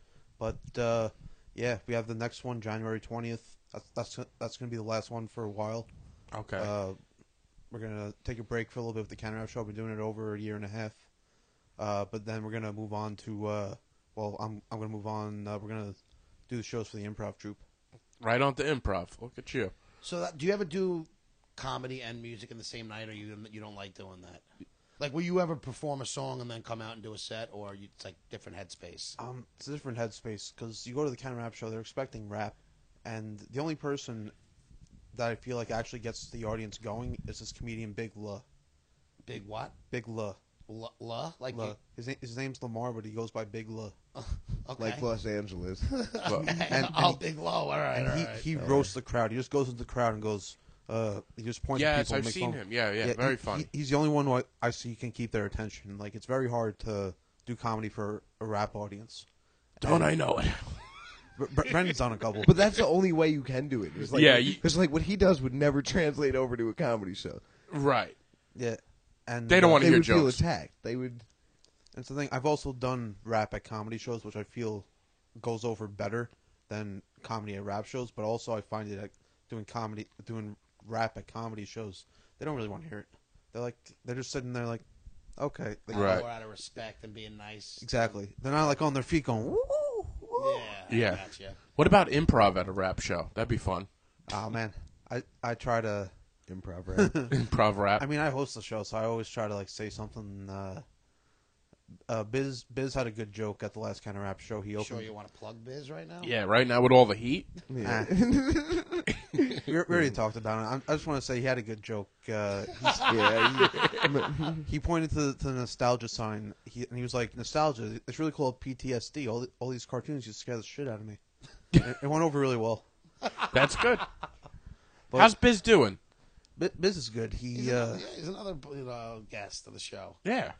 S5: but uh, yeah, we have the next one January twentieth. That's that's that's gonna be the last one for a while.
S2: Okay.
S5: Uh, we're gonna take a break for a little bit with the counter rap show. I've been doing it over a year and a half, uh, but then we're gonna move on to. Uh, well, I'm I'm gonna move on. Uh, we're gonna do the shows for the improv troupe.
S2: right on to improv. Look at you.
S3: So, that, do you ever do comedy and music in the same night, or you you don't like doing that? Like, will you ever perform a song and then come out and do a set, or you, it's like different headspace?
S5: Um, it's a different headspace because you go to the counter rap show, they're expecting rap, and the only person that I feel like actually gets the audience going is this comedian Big La.
S3: Big what?
S5: Big La.
S3: La? la? Like,
S5: La. His, na- his name's Lamar, but he goes by Big La.
S3: okay. <laughs>
S4: like Los Angeles.
S5: and-
S3: oh,
S5: and-
S3: Big Low. All right.
S5: And
S3: all
S5: he,
S3: right.
S5: he roasts the crowd. He just goes into the crowd and goes, uh, he just points at
S2: Yes,
S5: people. and
S2: I've
S5: makes
S2: seen
S5: fun.
S2: him. Yeah, yeah, very
S5: he-
S2: funny.
S5: he- he's the only one who I, I see can keep their attention. Like, it's very hard to do comedy for a rap audience.
S2: Don't I know it?
S5: Br- Br- Brendan's on
S2: <laughs>
S5: a couple.
S4: But that's the only way you can do it. It's like,
S2: Yeah, you-
S4: because like what he does would never translate over to a comedy show.
S2: <laughs> Right.
S5: yeah. And,
S2: They don't
S5: uh,
S2: wanna
S4: They
S2: hear
S4: would feel
S2: jokes.
S4: attacked. They would.
S5: That's the thing. I've also done rap at comedy shows, which I feel goes over better than comedy at rap shows. But also, I find it like, doing comedy, doing rap at comedy shows, they don't really want to hear it. They're like, they're just sitting there like, okay, like,
S2: Right.
S3: More out of respect and being nice.
S5: exactly. They're not like on their feet going, woo.
S3: Yeah.
S2: Yeah.
S3: I gotcha.
S2: What about improv at a rap show? That'd be fun.
S5: Oh man, I I try to. <laughs>
S4: Improper.
S2: Improv rap.
S5: I mean, I host the show, so I always try to like say something. Uh, uh, Biz Biz had a good joke at the last kind of rap show. He
S3: You
S5: opened.
S3: sure you want to plug Biz right now?
S2: yeah, right now with all the heat.
S5: Ah. <laughs> we we already talked about it. I, I just want to say he had a good joke. Uh, he's-
S4: yeah,
S5: he pointed to the, to the nostalgia sign, he, and he was like, "Nostalgia. It's really called PTSD. All the, all these cartoons used to scare the shit out
S2: <laughs>
S5: of me." it, it went over really well.
S2: That's <laughs> good. How's Biz doing?
S5: Bi- Biz is good. He
S3: He's
S5: uh,
S3: another, he's another uh, guest of the show.
S2: Yeah.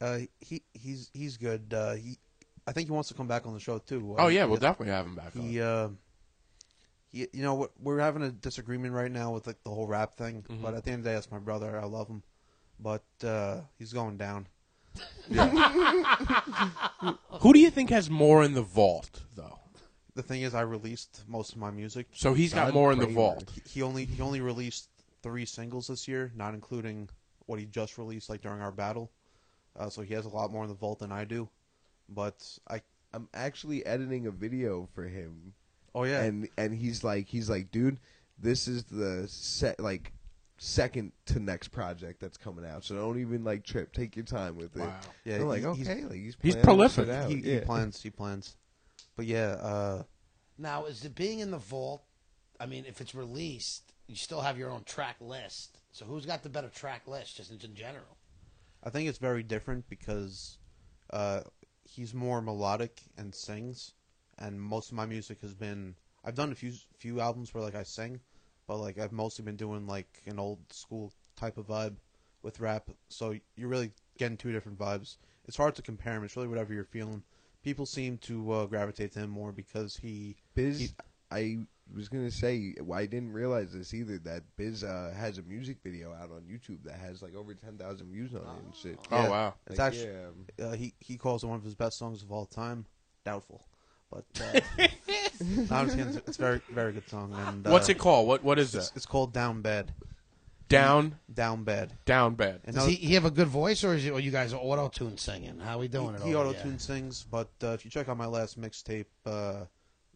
S5: uh, he he's he's good. Uh, he, I think he wants to come back on the show too. Uh,
S2: Oh yeah,
S5: he-
S2: we'll definitely have him back. on.
S5: He, uh, he, you know, what- we're having a disagreement right now with like the whole rap thing.
S2: Mm-hmm.
S5: But at the end of the day, that's my brother. I love him, but uh, he's going down.
S2: Who do you think has more in the vault though?
S5: The thing is, I released most of my music.
S2: So he's got
S4: Don
S2: more in the
S4: Kramer.
S2: vault.
S5: He- He only he only released three singles this year, not including what he just released like during our battle. Uh, so he has a lot more in the vault than I do. But I
S4: I'm actually editing a video for him
S5: oh yeah
S4: and and he's like he's like dude this is the set like second to next project that's coming out so don't even like trip take your time with it
S2: Wow.
S5: Yeah,
S4: I'm like
S5: he- he's-
S4: okay like he's,
S2: he's
S4: planning
S2: prolific.
S4: shit out.
S5: he, he
S4: yeah.
S5: plans he plans. But yeah, uh,
S3: Now, is it being in the vault? I mean, if it's released, you still have your own track list. So who's got the better track list, just in, in general?
S5: I think it's very different because uh, he's more melodic and sings, and most of my music has been. I've done a few few albums where like I sing, but like I've mostly been doing like an old school type of vibe with rap. So you're really getting two different vibes. It's hard to compare 'em. It's really whatever you're feeling. People seem to uh, gravitate to him more because he.
S4: biz
S5: he-
S4: i was gonna say well, i didn't realize this either that biz uh, has a music video out on youtube that has like over 10000 views on it and shit
S2: Oh
S5: yeah,
S2: wow.
S5: It's
S4: Like,
S5: actually
S4: yeah.
S5: uh, he he calls it one of his best songs of all time. Doubtful, but
S2: <laughs>
S5: uh, no, I'm just kidding. It's a very very good song. And uh,
S2: What's it called? What what is
S5: It's,
S2: it?
S5: it's called Down Bad.
S2: Down
S5: Down Bad.
S2: down bad.
S5: And
S3: Does
S5: now-
S3: he, he have a good voice, or, is he, or you guys are auto tune singing? How we doing it?
S5: he
S3: over
S5: auto tune sings, but uh, if you check out my last mixtape, uh,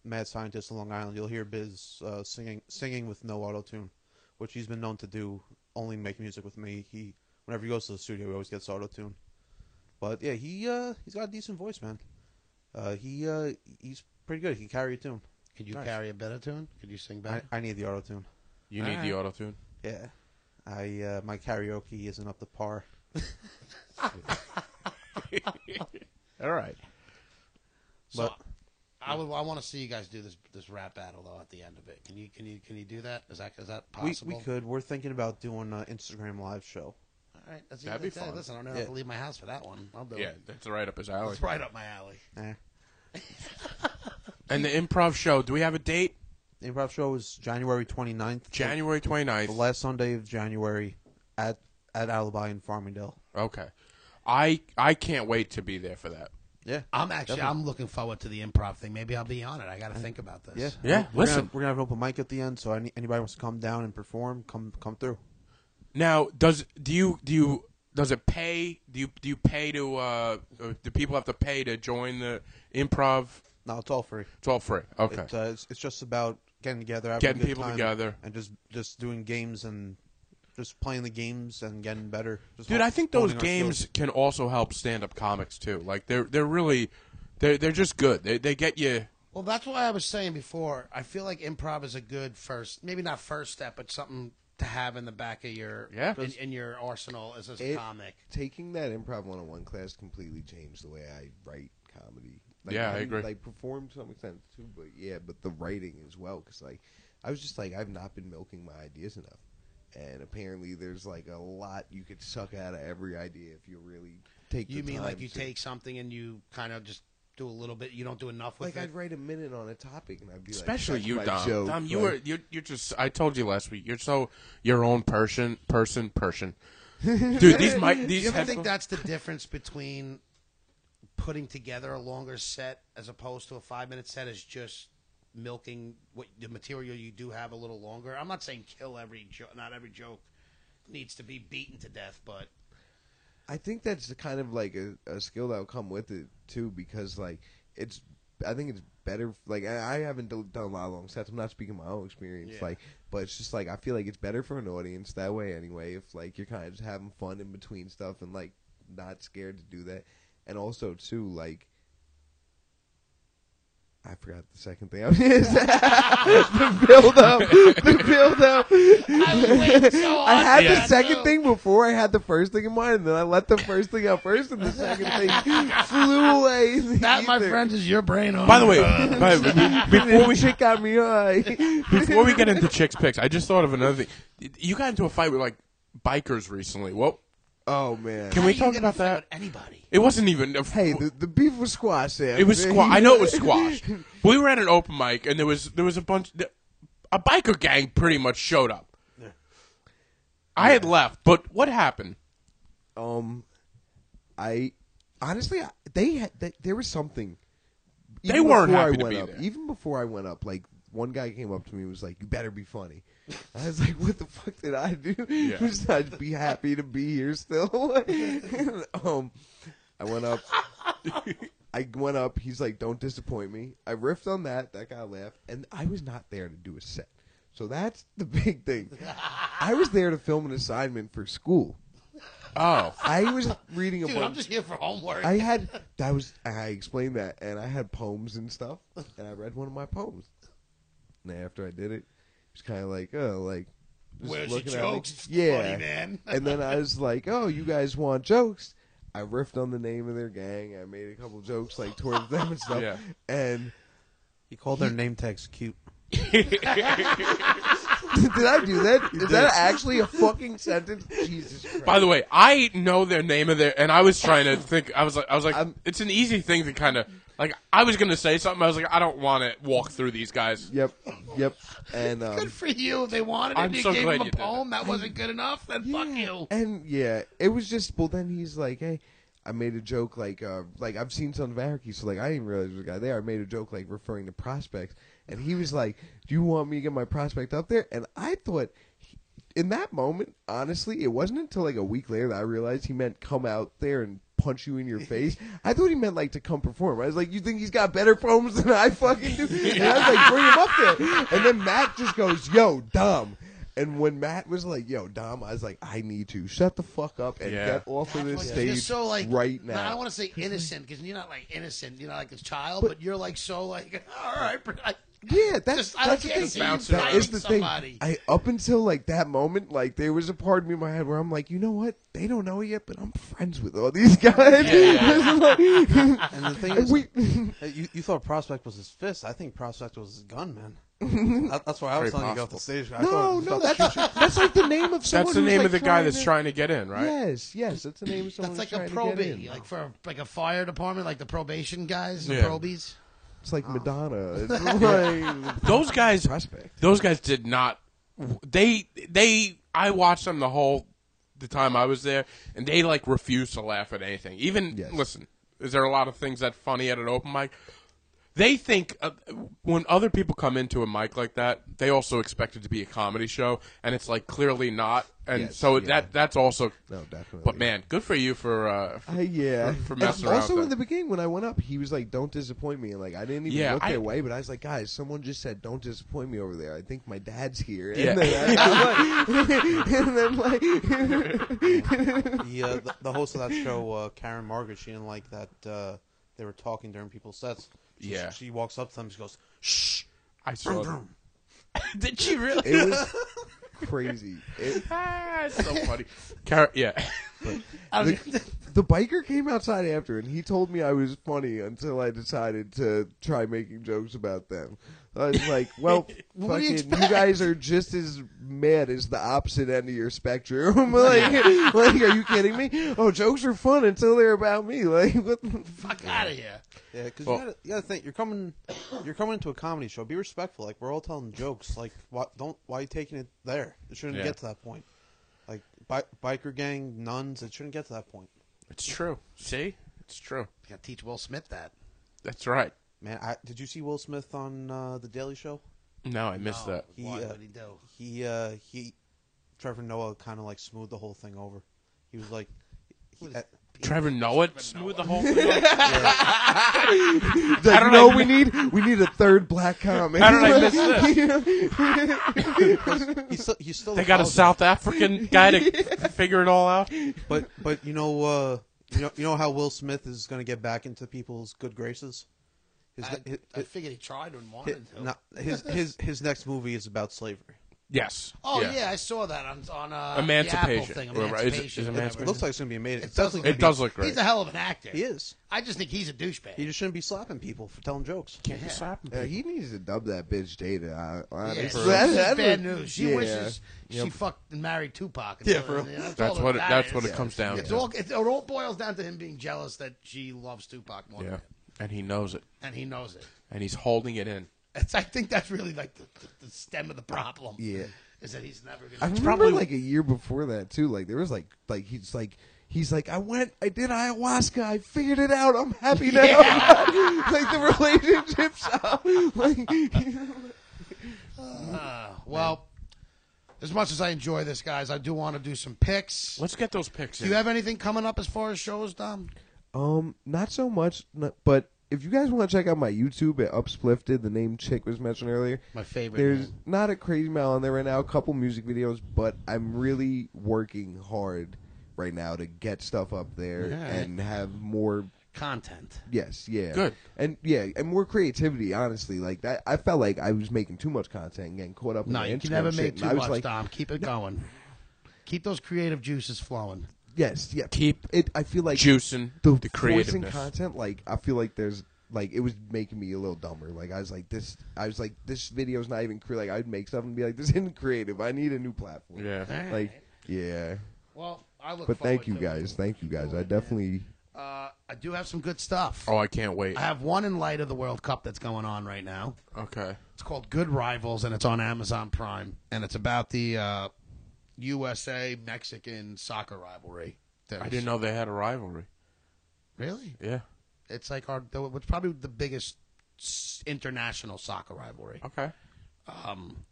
S5: Mad Scientist of Long Island, you'll hear Biz uh, singing singing with no auto tune, which he's been known to do only make music with me. He whenever he goes to the studio, he always gets auto tune. But yeah, he uh, he's got a decent voice, man. Uh, he uh, he's pretty good. He can carry a tune.
S3: Could you carry a better tune? Could you sing
S5: I,
S3: better?
S5: I need the auto tune.
S2: You need the auto tune.
S5: Yeah, I uh, my karaoke isn't up to par.
S2: All right.
S3: So,
S5: But-
S3: I would. I want to see you guys do this this rap battle though at the end of it. Can you can you can you do that? Is that is that
S5: We,
S3: possible?
S5: we could. We're thinking about doing an Instagram live show.
S3: All right, that's
S2: That'd be
S3: that's-
S2: fun.
S3: Listen, I don't have
S5: Yeah.
S3: to leave my house for that one. I'll do
S2: Yeah,
S3: it.
S2: that's right up his alley.
S3: It's right up my alley.
S5: Eh.
S2: And the improv show. Do we have a date?
S5: The improv show is January 29th.
S2: January
S5: The
S2: 29th.
S5: last Sunday of January at at Alibi in Farmingdale.
S2: Okay. I I can't wait to be there for that.
S5: Yeah.
S3: I'm actually
S5: Definitely.
S3: I'm looking forward to the improv thing. Maybe I'll be on it. I got to think about this.
S5: Yeah.
S2: Yeah,
S5: We're
S2: listen.
S5: Gonna, we're gonna have an open mic at the end, so any, anybody wants to come down and perform, come come through.
S2: Now, does do you do you does it pay? Do you do you pay to uh uh, do people have to pay to join the improv?
S5: No, it's all free.
S2: It's all free. Okay.
S5: It's, uh, it's it's just about getting together, having a
S2: Getting
S5: good
S2: people
S5: time,
S2: together.
S5: and just just doing games and just playing the games and getting better. Just
S2: Dude,
S5: hone-
S2: I think those
S5: honing our
S2: games
S5: skills.
S2: can also help stand-up comics too. Like they're they're really they're they're just good. They they get you.
S3: Well, that's why I was saying before. I feel like improv is a good first, maybe not first step, but something to have in the back of your
S2: Yeah.
S3: in, in your arsenal as a
S4: It-
S3: comic.
S4: taking that improv 101 class completely changed the way I write comedy.
S2: Yeah, I
S4: having,
S2: agree.
S4: Like perform to some extent too, but yeah, but the writing as well. Because like, I was just like, I've not been milking my ideas enough, and apparently there's like a lot you could suck out of every idea if you really take.
S3: You
S4: the
S3: mean like
S4: time
S3: you
S4: to-
S3: take something and you kind of just do a little bit? You don't do enough with
S4: Like
S3: it.
S4: I'd write a minute on a topic, and I'd be
S2: Especially
S4: like,
S2: you,
S4: "That's my
S2: Dom.
S4: joke,"
S2: Dom, you
S4: like-
S2: were you're, you're just. I told you last week. You're so your own person, person,
S4: <laughs>
S2: person. Dude, these mic these
S3: Do you ever
S2: headphones-
S3: think that's the difference between putting together a longer set as opposed to a five minute set is just milking what the material you do have a little longer? I'm not saying kill every joke. Not every joke needs to be beaten to death, but
S4: I think that's the kind of like a, a skill that'll come with it too, because like it's. I think it's better. Like I, I haven't do- done a lot of long sets. I'm not speaking my own experience.
S3: Yeah.
S4: Like, but it's just like I feel like it's better for an audience that way. Anyway, if like you're kind of just having fun in between stuff and like not scared to do that, and also too like. I forgot the second thing. I
S2: <laughs>
S4: was the build up, the build up. <laughs> I had the second thing before I had the first thing in mind, and then I let the first thing out first, and the second
S3: <laughs>
S4: thing flew away. in the
S3: That, my
S4: ether.
S3: friend, is your brain on.
S2: By the way, by the
S4: <laughs>
S2: way, before we
S4: shit got
S3: <laughs>
S4: me high.
S2: before we get into chicks picks, I just thought of another thing. You got into a fight with like bikers recently. What?
S4: oh man.
S2: Can we talk about that?
S3: Anybody?
S2: It wasn't even. A,
S4: hey, the, the beef was squash. Sam.
S2: It was squash. I know it was
S4: <laughs>
S2: squash. We were at an open mic, and there was there was a bunch. A biker gang pretty much showed up. I had left, but what happened?
S4: um, I honestly, I- they had they, there was something.
S2: They weren't
S4: before
S2: happy
S4: I
S2: to
S4: went
S2: be
S4: up,
S2: there.
S4: Even before I went up, like one guy came up to me and was like, "You better be funny." I was like, "What the fuck did I do? Just I'd be happy to be here still." <laughs> um, I went up. I went up. He's like, "Don't disappoint me." I riffed on that. That guy laughed, and I was not there to do a set. So that's the <laughs> big thing. I was there to film an assignment for school.
S2: Oh,
S4: I was reading a
S3: Dude,
S4: bunch.
S3: I'm just here for homework.
S4: I had that was I explained that, and I had poems and stuff, and I read one of my poems. And after I did it, it was kind of like, oh, like just
S3: Where's your
S4: looking at me.
S3: jokes? It's
S4: yeah.
S3: funny, man. <laughs>
S4: and then I was like, oh, you guys want jokes? I riffed on the name of their gang. I made a couple jokes like towards them and stuff,
S2: Yeah.
S4: and. <laughs>
S5: He called their name tags cute.
S4: Did I do that? Is that actually a fucking sentence? Jesus Christ.
S2: by the way, I know their name of their, and I was trying to think. I was like, I was like,
S4: I'm-
S2: it's an easy thing to kind of like. I was gonna say something. I was like, I don't want to walk through these guys.
S4: Yep, yep. And um,
S3: Good for you. They wanted it.
S2: I'm
S3: you
S2: so
S3: gave
S2: glad
S3: them
S2: you
S3: a
S2: did
S3: poem that wasn't good enough. Then fuck
S4: Yeah,
S3: you.
S4: And yeah, it was just. Well, then he's like, "Hey, I made a joke like, uh, like I've seen some anarchy, so like I didn't realize there was a guy there. I made a joke like referring to prospects, and he was like, "Do you want me to get my prospect up there?" And I thought. he- In that moment, honestly, it wasn't until like a week later that I realized he meant come out there and punch you in your face. I thought he meant like to come perform. I was like, you think he's got better poems than I fucking do? And I was like, bring him up there. And then Matt just goes, yo, dumb. And when Matt was like, "Yo, Dom," I was like, "I need to shut the fuck up and
S2: Yeah.
S4: get off of
S3: That's
S4: this
S3: why
S4: stage
S3: you're so like
S4: right
S3: no, I
S4: now."
S3: don't want to say innocent because you're not like innocent. You're not like a child, but, you're like so like <laughs> all right. but I,
S4: yeah, that's
S3: Just- I
S4: that's the
S3: can't
S4: thing.
S3: see
S2: you
S4: That is
S3: fighting
S4: the
S3: somebody.
S4: thing. I up until like that moment, like there was a part of me in my head where I'm like, you know what? They don't know it yet, but I'm friends with all these <laughs> guys. <laughs> This is like-
S5: And the thing
S4: and
S5: is, <laughs>
S4: we,
S5: Uh, You, you thought Prospect was his fist. I think Prospect was his gun, <laughs> man. That- that's why I was
S2: Very
S5: telling you off
S2: possible.
S5: the stage. I
S4: no,
S5: thought,
S4: no, that's that's like the name of someone.
S2: That's the
S4: who's,
S2: name
S4: like,
S2: of the guy that's
S4: to-
S2: trying to get in, right?
S4: Yes, yes, that's
S3: <laughs>
S4: the name of someone.
S3: that's like
S4: who's
S3: a
S4: trying to get
S3: probie,
S4: in.
S3: like for like a fire department, like the probation guys, the
S2: Yeah.
S3: probies.
S4: It's
S3: ah. <laughs>
S4: like Madonna. It's like
S2: Those guys,
S4: prospect.
S2: those guys did not. They they. I watched them the whole the time I was there, and they like refused to laugh at anything. Even
S4: Yes.
S2: listen, is there a lot of things that funny at an open mic? They think uh, when other people come into a mic like that, they also expect it to be a comedy show, and it's like clearly not. And
S4: Yes,
S2: so
S4: yeah.
S2: that that's also.
S4: No, definitely.
S2: But man, good for you for
S4: <laughs>
S2: uh,
S4: Uh, yeah.
S2: for
S4: And
S2: messing around
S4: also
S2: with
S4: in the
S2: that.
S4: beginning when I went up, he was like, "Don't disappoint me," and like I didn't even
S2: Yeah,
S4: look
S2: I-
S4: their way, but I was like, "Guys, someone just said don't disappoint me over there. I think my dad's here." <laughs> And
S2: Yeah.
S4: then, I, and then like,
S5: the, uh, the, the host of that show, uh, Karen Margaret, she didn't like that uh, they were talking during people's sets. She-
S2: Yeah.
S5: She walks up to them. She goes,
S2: shh. I saw. did she really?
S4: it was crazy. It,
S2: Ah, it's so funny. Car- yeah.
S3: <laughs>
S4: the, the biker came outside after, and he told me I was funny until I decided to try making jokes about them. I was like,
S2: <laughs>
S4: "Well,
S3: do you
S4: fucking, you, guys are just as mad as the opposite end of your spectrum." <laughs> like, like, are you kidding me? Oh, jokes are fun until they're about me. Like, what? the-
S3: Fuck out of here.
S5: "Yeah, because
S2: Well-
S5: you, gotta, you gotta think you're coming, you're coming into a comedy show. Be respectful. Like we're all telling jokes. Like why don't why are you taking it there? It shouldn't
S2: Yeah.
S5: get to that point. Like bi- biker gang nuns. It shouldn't get to that point.
S2: It's true. See? It's true.
S3: Gotta teach Will Smith that.
S2: That's right.
S5: Man, I, did you see Will Smith on uh, the Daily Show?
S2: No, I missed
S3: No.
S2: that.
S5: He,
S3: Why
S5: uh,
S3: would he do?
S5: he uh he Trevor Noah kind of like smoothed the whole thing over. He was like he, uh,
S2: Trevor Noah smooth the whole thing. up.
S4: Like,
S2: don't
S4: you know,
S2: I
S4: what we
S2: mi-
S4: need we need a third black comic.
S2: How did I
S4: <laughs>
S2: miss this?
S5: he's still he's still
S2: They got a
S5: apologized.
S2: South <laughs> African guy to f- figure it all out.
S5: but but you know uh you know you know how Will Smith is going to get back into people's good graces. His
S3: I,
S5: ne- his,
S3: I figured he tried and
S5: his,
S3: wanted to.
S5: not- his his his next movie is about slavery.
S2: Yes.
S3: Oh yeah. I saw that on on uh, The Apple
S2: Emancipation.
S3: thing,
S2: Well, right,
S3: emancipation.
S2: is- is
S3: or
S5: It
S3: whatever.
S2: Emancipation.
S5: looks like it's going to be amazing.
S3: It does look-
S2: It does look great.
S3: He's a hell of an actor.
S5: He is.
S3: I just think he's a douchebag.
S5: He just shouldn't be slapping people for telling jokes.
S2: Can't be slapping
S4: Yeah,
S2: people.
S4: Uh, he needs to dub that bitch Data. I,
S3: Yeah,
S4: honestly.
S3: this is
S4: That- that
S3: bad
S4: would-
S3: news. She
S4: yeah.
S3: wishes she
S4: Yep.
S3: fucked and married Tupac.
S5: Yeah, for real.
S2: That's
S3: all
S2: what it-
S3: that
S2: that's
S3: is.
S2: what it comes down
S3: It's
S2: to.
S3: all, it, it all boils down to him being jealous that she loves Tupac more,
S2: Yeah.
S3: than him,
S2: And he knows it.
S3: and he knows it.
S2: And he's holding it in.
S3: It's, I think that's really like the, the, the stem of the problem.
S4: Yeah.
S3: is that he's never
S4: I
S3: going to.
S4: remember
S2: probably-
S4: like a year before that too. Like there was like like he's like he's like I went, I did ayahuasca, I figured it out. I'm happy now. <laughs> like the relationships up. <laughs> Like <laughs>
S3: Uh, well, as much as I enjoy this, guys, I do want to do some picks.
S2: Let's get those pics
S3: Do
S2: in.
S3: you have anything coming up as far as shows, Dom?
S4: um, not so much, n- but if you guys want to check out my YouTube at Upsplifted, the name Chick was mentioned earlier.
S3: My favorite.
S4: There's not a crazy amount on there right now. A couple music videos, but I'm really working hard right now to get stuff up there
S3: Yeah.
S4: and have more
S3: content.
S4: Yes, yeah.
S2: Good.
S4: And yeah, and more creativity, honestly. Like that I felt like I was making too much content and getting caught up
S3: No,
S4: in the
S3: you
S4: Instagram
S3: can never
S4: shit,
S3: make
S4: and
S3: too
S4: I was
S3: much,
S4: like,
S3: Dom. Keep it going. Keep those creative juices flowing.
S4: Yes, yeah.
S2: Keep
S4: it I feel like
S2: Juicing
S4: the,
S2: the,
S4: forcing
S2: creativeness.
S4: content, like I feel like there's like it was making me a little dumber. Like I was like this I was like this video's not even cre- like I'd make stuff and be like, This isn't creative. I need a new platform.
S2: yeah.
S4: Like yeah.
S3: Well, I look.
S4: But thank you
S3: forward to it.
S4: guys. Thank you guys. I definitely
S3: Uh, I do have some good stuff.
S2: Oh, I can't wait.
S3: I have one in light of the World Cup that's going on right now.
S2: Okay.
S3: It's called Good Rivals, and it's on Amazon Prime, and it's about the uh, USA Mexican soccer rivalry.
S2: I didn't know they had a rivalry.
S3: Really,
S2: Yeah.
S3: it's like our the- what's probably the biggest s- international soccer rivalry.
S2: Okay.
S3: um,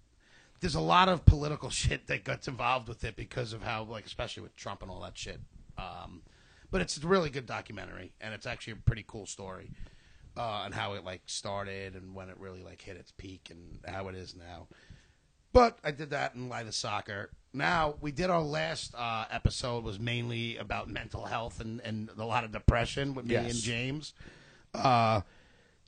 S3: there's a lot of political <laughs> shit that gets involved with it because of how, like, especially with Trump and all that shit. Um, but it's a really good documentary, and it's actually a pretty cool story uh, on how it like started and when it really like hit its peak and how it is now. But I did that in light of soccer. Now we did our last uh, episode was mainly about mental health and, and a lot of depression with me
S2: Yes.
S3: and James. Uh,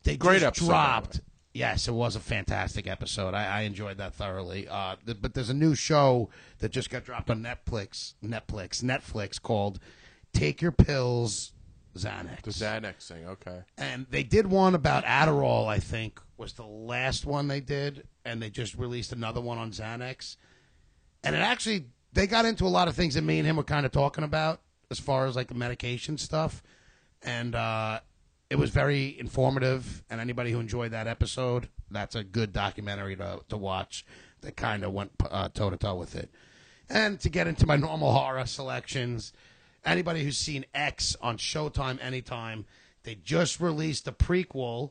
S3: they
S2: Great
S3: just
S2: episode, by the
S3: dropped. Yes, it was a fantastic episode. I, I enjoyed that thoroughly. Uh, th- but there's a new show that just got dropped on Netflix, Netflix, Netflix called "Take Your Pills, Xanax."
S2: The Xanax thing, okay.
S3: and they did one about Adderall. I think was the last one they did, and they just released another one on Xanax. And it actually they got into a lot of things that me and him were kind of talking about as far as like the medication stuff, and uh, it was very informative. And anybody who enjoyed that episode, that's a good documentary to to watch. That kind of went toe to toe with it. And to get into my <laughs> normal horror selections, anybody who's seen X on Showtime anytime, they just released a prequel,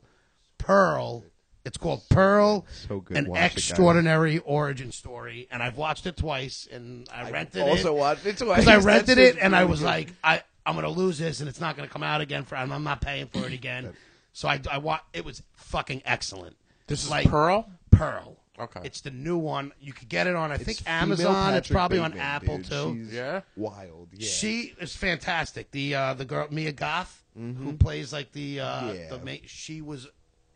S3: Pearl. It's called Pearl,
S4: So good.
S3: an
S4: Watch it, guys.
S3: extraordinary origin story, and I've watched it twice, and I rented
S4: also
S3: it
S4: watched it twice.
S3: because I rented
S4: That's
S3: it, and I
S4: really
S3: was
S4: good.
S3: like, I I'm gonna lose this, and it's not gonna come out again for, and I'm not paying for it
S4: <laughs>
S3: again. so I I wa- it was fucking excellent.
S2: This is
S3: Like-
S2: Pearl?
S3: Pearl.
S2: Okay.
S3: It's the new one. You could get it on I think
S4: It's female
S3: Amazon. It's
S4: Patrick
S3: probably on
S4: Bateman,
S3: Apple
S4: dude.
S3: too.
S4: She's
S2: Yeah?
S4: wild. Yeah.
S3: She is fantastic. The uh, the girl Mia Goth, who plays like the uh,
S4: Mm-hmm. Yeah.
S3: the ma- she was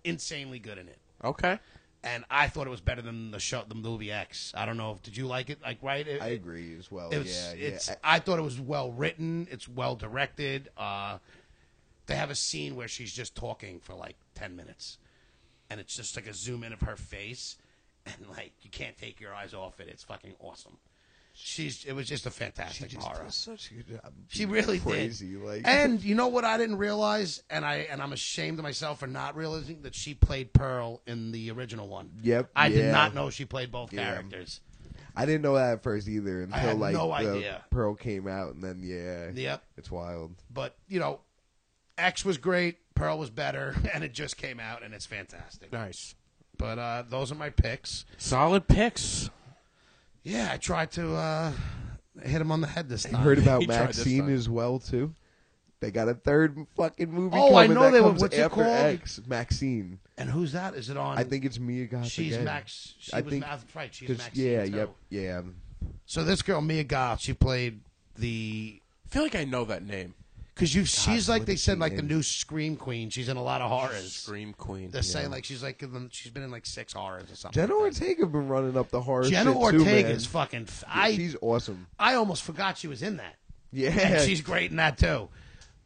S3: insanely good in it,
S2: Okay.
S3: and I thought it was better than the show, the movie X. I don't know if did you like it? Like right? It,
S4: I agree as well.
S3: It was,
S4: yeah,
S3: it's.
S4: yeah.
S3: I, thought it was well written. It's well directed. Uh, they have a scene where she's just talking for like ten minutes, and it's just like a zoom in of her face, <laughs> and like you can't take your eyes off it. It's fucking awesome. She's. It was just a
S4: She
S3: fantastic
S4: just
S3: horror.
S4: does such a good job.
S3: She really
S4: crazy.
S3: did.
S4: Like <laughs>
S3: and you know what I didn't realize, and I and I'm ashamed of myself for not realizing that she played Pearl in the original one.
S4: Yep,
S3: I did
S4: yeah.
S3: not know she played both
S4: Yeah.
S3: characters.
S4: I didn't know that at first either until
S3: had
S4: like
S3: no
S4: the
S3: idea.
S4: Pearl came out, and then yeah,
S3: Yep.
S4: it's wild.
S3: But you know, X was great, Pearl was better, <laughs> and it just came out, and it's fantastic.
S2: Nice.
S3: But uh, those are my picks.
S2: Solid picks.
S3: Yeah, I tried to uh, hit him on the head this time. <laughs>
S4: Heard about
S2: He tried this
S4: Maxine
S2: time.
S4: as well too. They got a third fucking movie.
S3: Oh, I
S4: coming
S3: know
S4: that
S3: they were-
S4: comes
S3: what's it
S4: after
S3: called?
S4: X. Maxine.
S3: and who's that? Is it on?
S4: I think it's Mia Goth
S3: she's
S4: again.
S3: Max. She
S4: I
S3: was
S4: think-
S3: Max, right. She's
S4: 'Cause-
S3: Maxine
S4: yeah,
S3: too.
S4: yep, yeah.
S3: So this girl Mia Goth, she played the
S2: I feel like I know that name.
S3: Because you, she's like they said, like the
S4: in?
S3: new scream queen. She's in a lot of horrors.
S2: Scream Queen.
S3: They're saying like she's like in the- she's been in like six horrors or something.
S4: Jenna
S3: like that.
S4: Ortega been running up the horror.
S3: Jenna
S4: shit
S3: Ortega
S4: too, man.
S3: is fucking. f- I
S4: she's awesome.
S3: I almost forgot she was in that.
S4: Yeah,
S3: And she's great in that too.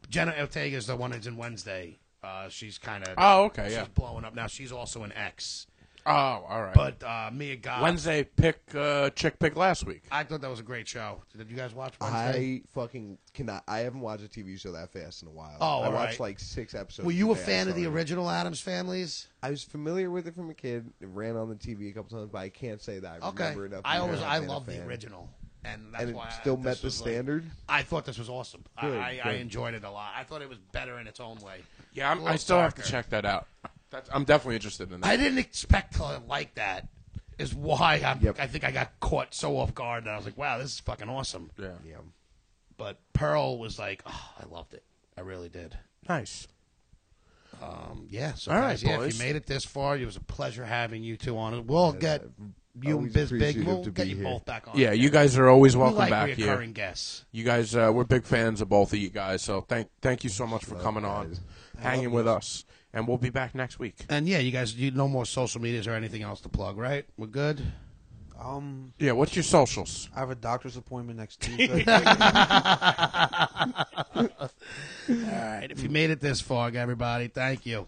S3: Jenna Ortega is the one who's in Wednesday. Uh, she's kind of
S2: Oh, okay,
S3: she's
S2: yeah.
S3: blowing up now. She's also an X,
S2: Oh, all right.
S3: but uh, Mia Goth.
S2: Wednesday pick, uh, chick pick last week.
S3: I thought that was a great show. Did you guys watch Wednesday?
S4: I fucking cannot. I haven't watched a TV show that fast in a while.
S3: Oh,
S4: I
S3: all right.
S4: watched like six episodes.
S3: Were you a
S4: today. I
S3: fan of the
S4: started.
S3: original Adams Families?
S4: I was familiar with it from a kid. It ran on the TV a couple times, but I can't say that I
S3: Okay,
S4: remember enough.
S3: I
S4: to
S3: always
S4: have
S3: I
S4: been a
S3: love the
S4: fan.
S3: original, and that's
S4: and it
S3: why I-
S4: still
S3: this
S4: met the
S3: was, like,
S4: standard.
S3: I thought this was awesome. I,
S4: Good,
S3: I, I
S4: good.
S3: enjoyed it a lot. I thought it was better in its own way.
S2: Yeah,
S3: A
S2: I'm, I
S3: little
S2: still have to
S3: darker.
S2: check that out. That's, I'm definitely interested in that.
S3: I didn't expect to like that. Is why I'm,
S4: Yep.
S3: I think I got caught so off guard that I was like, "Wow, this is fucking awesome."
S2: yeah.
S4: yeah,
S3: But Pearl was like, oh, "I loved it. I really did."
S2: Nice.
S3: Um, yeah. So
S2: All
S3: guys,
S2: right,
S3: yeah,
S2: boys.
S3: if you made it this far, it was a pleasure having you two on it. We'll get you and
S4: always
S3: Biz Big.
S4: appreciative
S3: We'll
S4: to
S3: get
S4: be
S3: you
S4: here.
S3: both back on.
S2: Yeah,
S3: again.
S2: you guys are always
S3: We
S2: welcome
S3: like
S2: back
S3: reoccurring
S2: here.
S3: guests.
S2: You guys, uh, we're big fans of both of you guys, so thank thank you so much for coming on,
S4: guys.
S2: hanging with us, and we'll be back next week.
S3: And yeah, you guys, you no more social medias or anything else to plug, right? We're good.
S5: Um,
S2: Yeah, what's your socials?
S5: I have a doctor's appointment next Tuesday.
S3: All right. If you made it this far, everybody, thank you.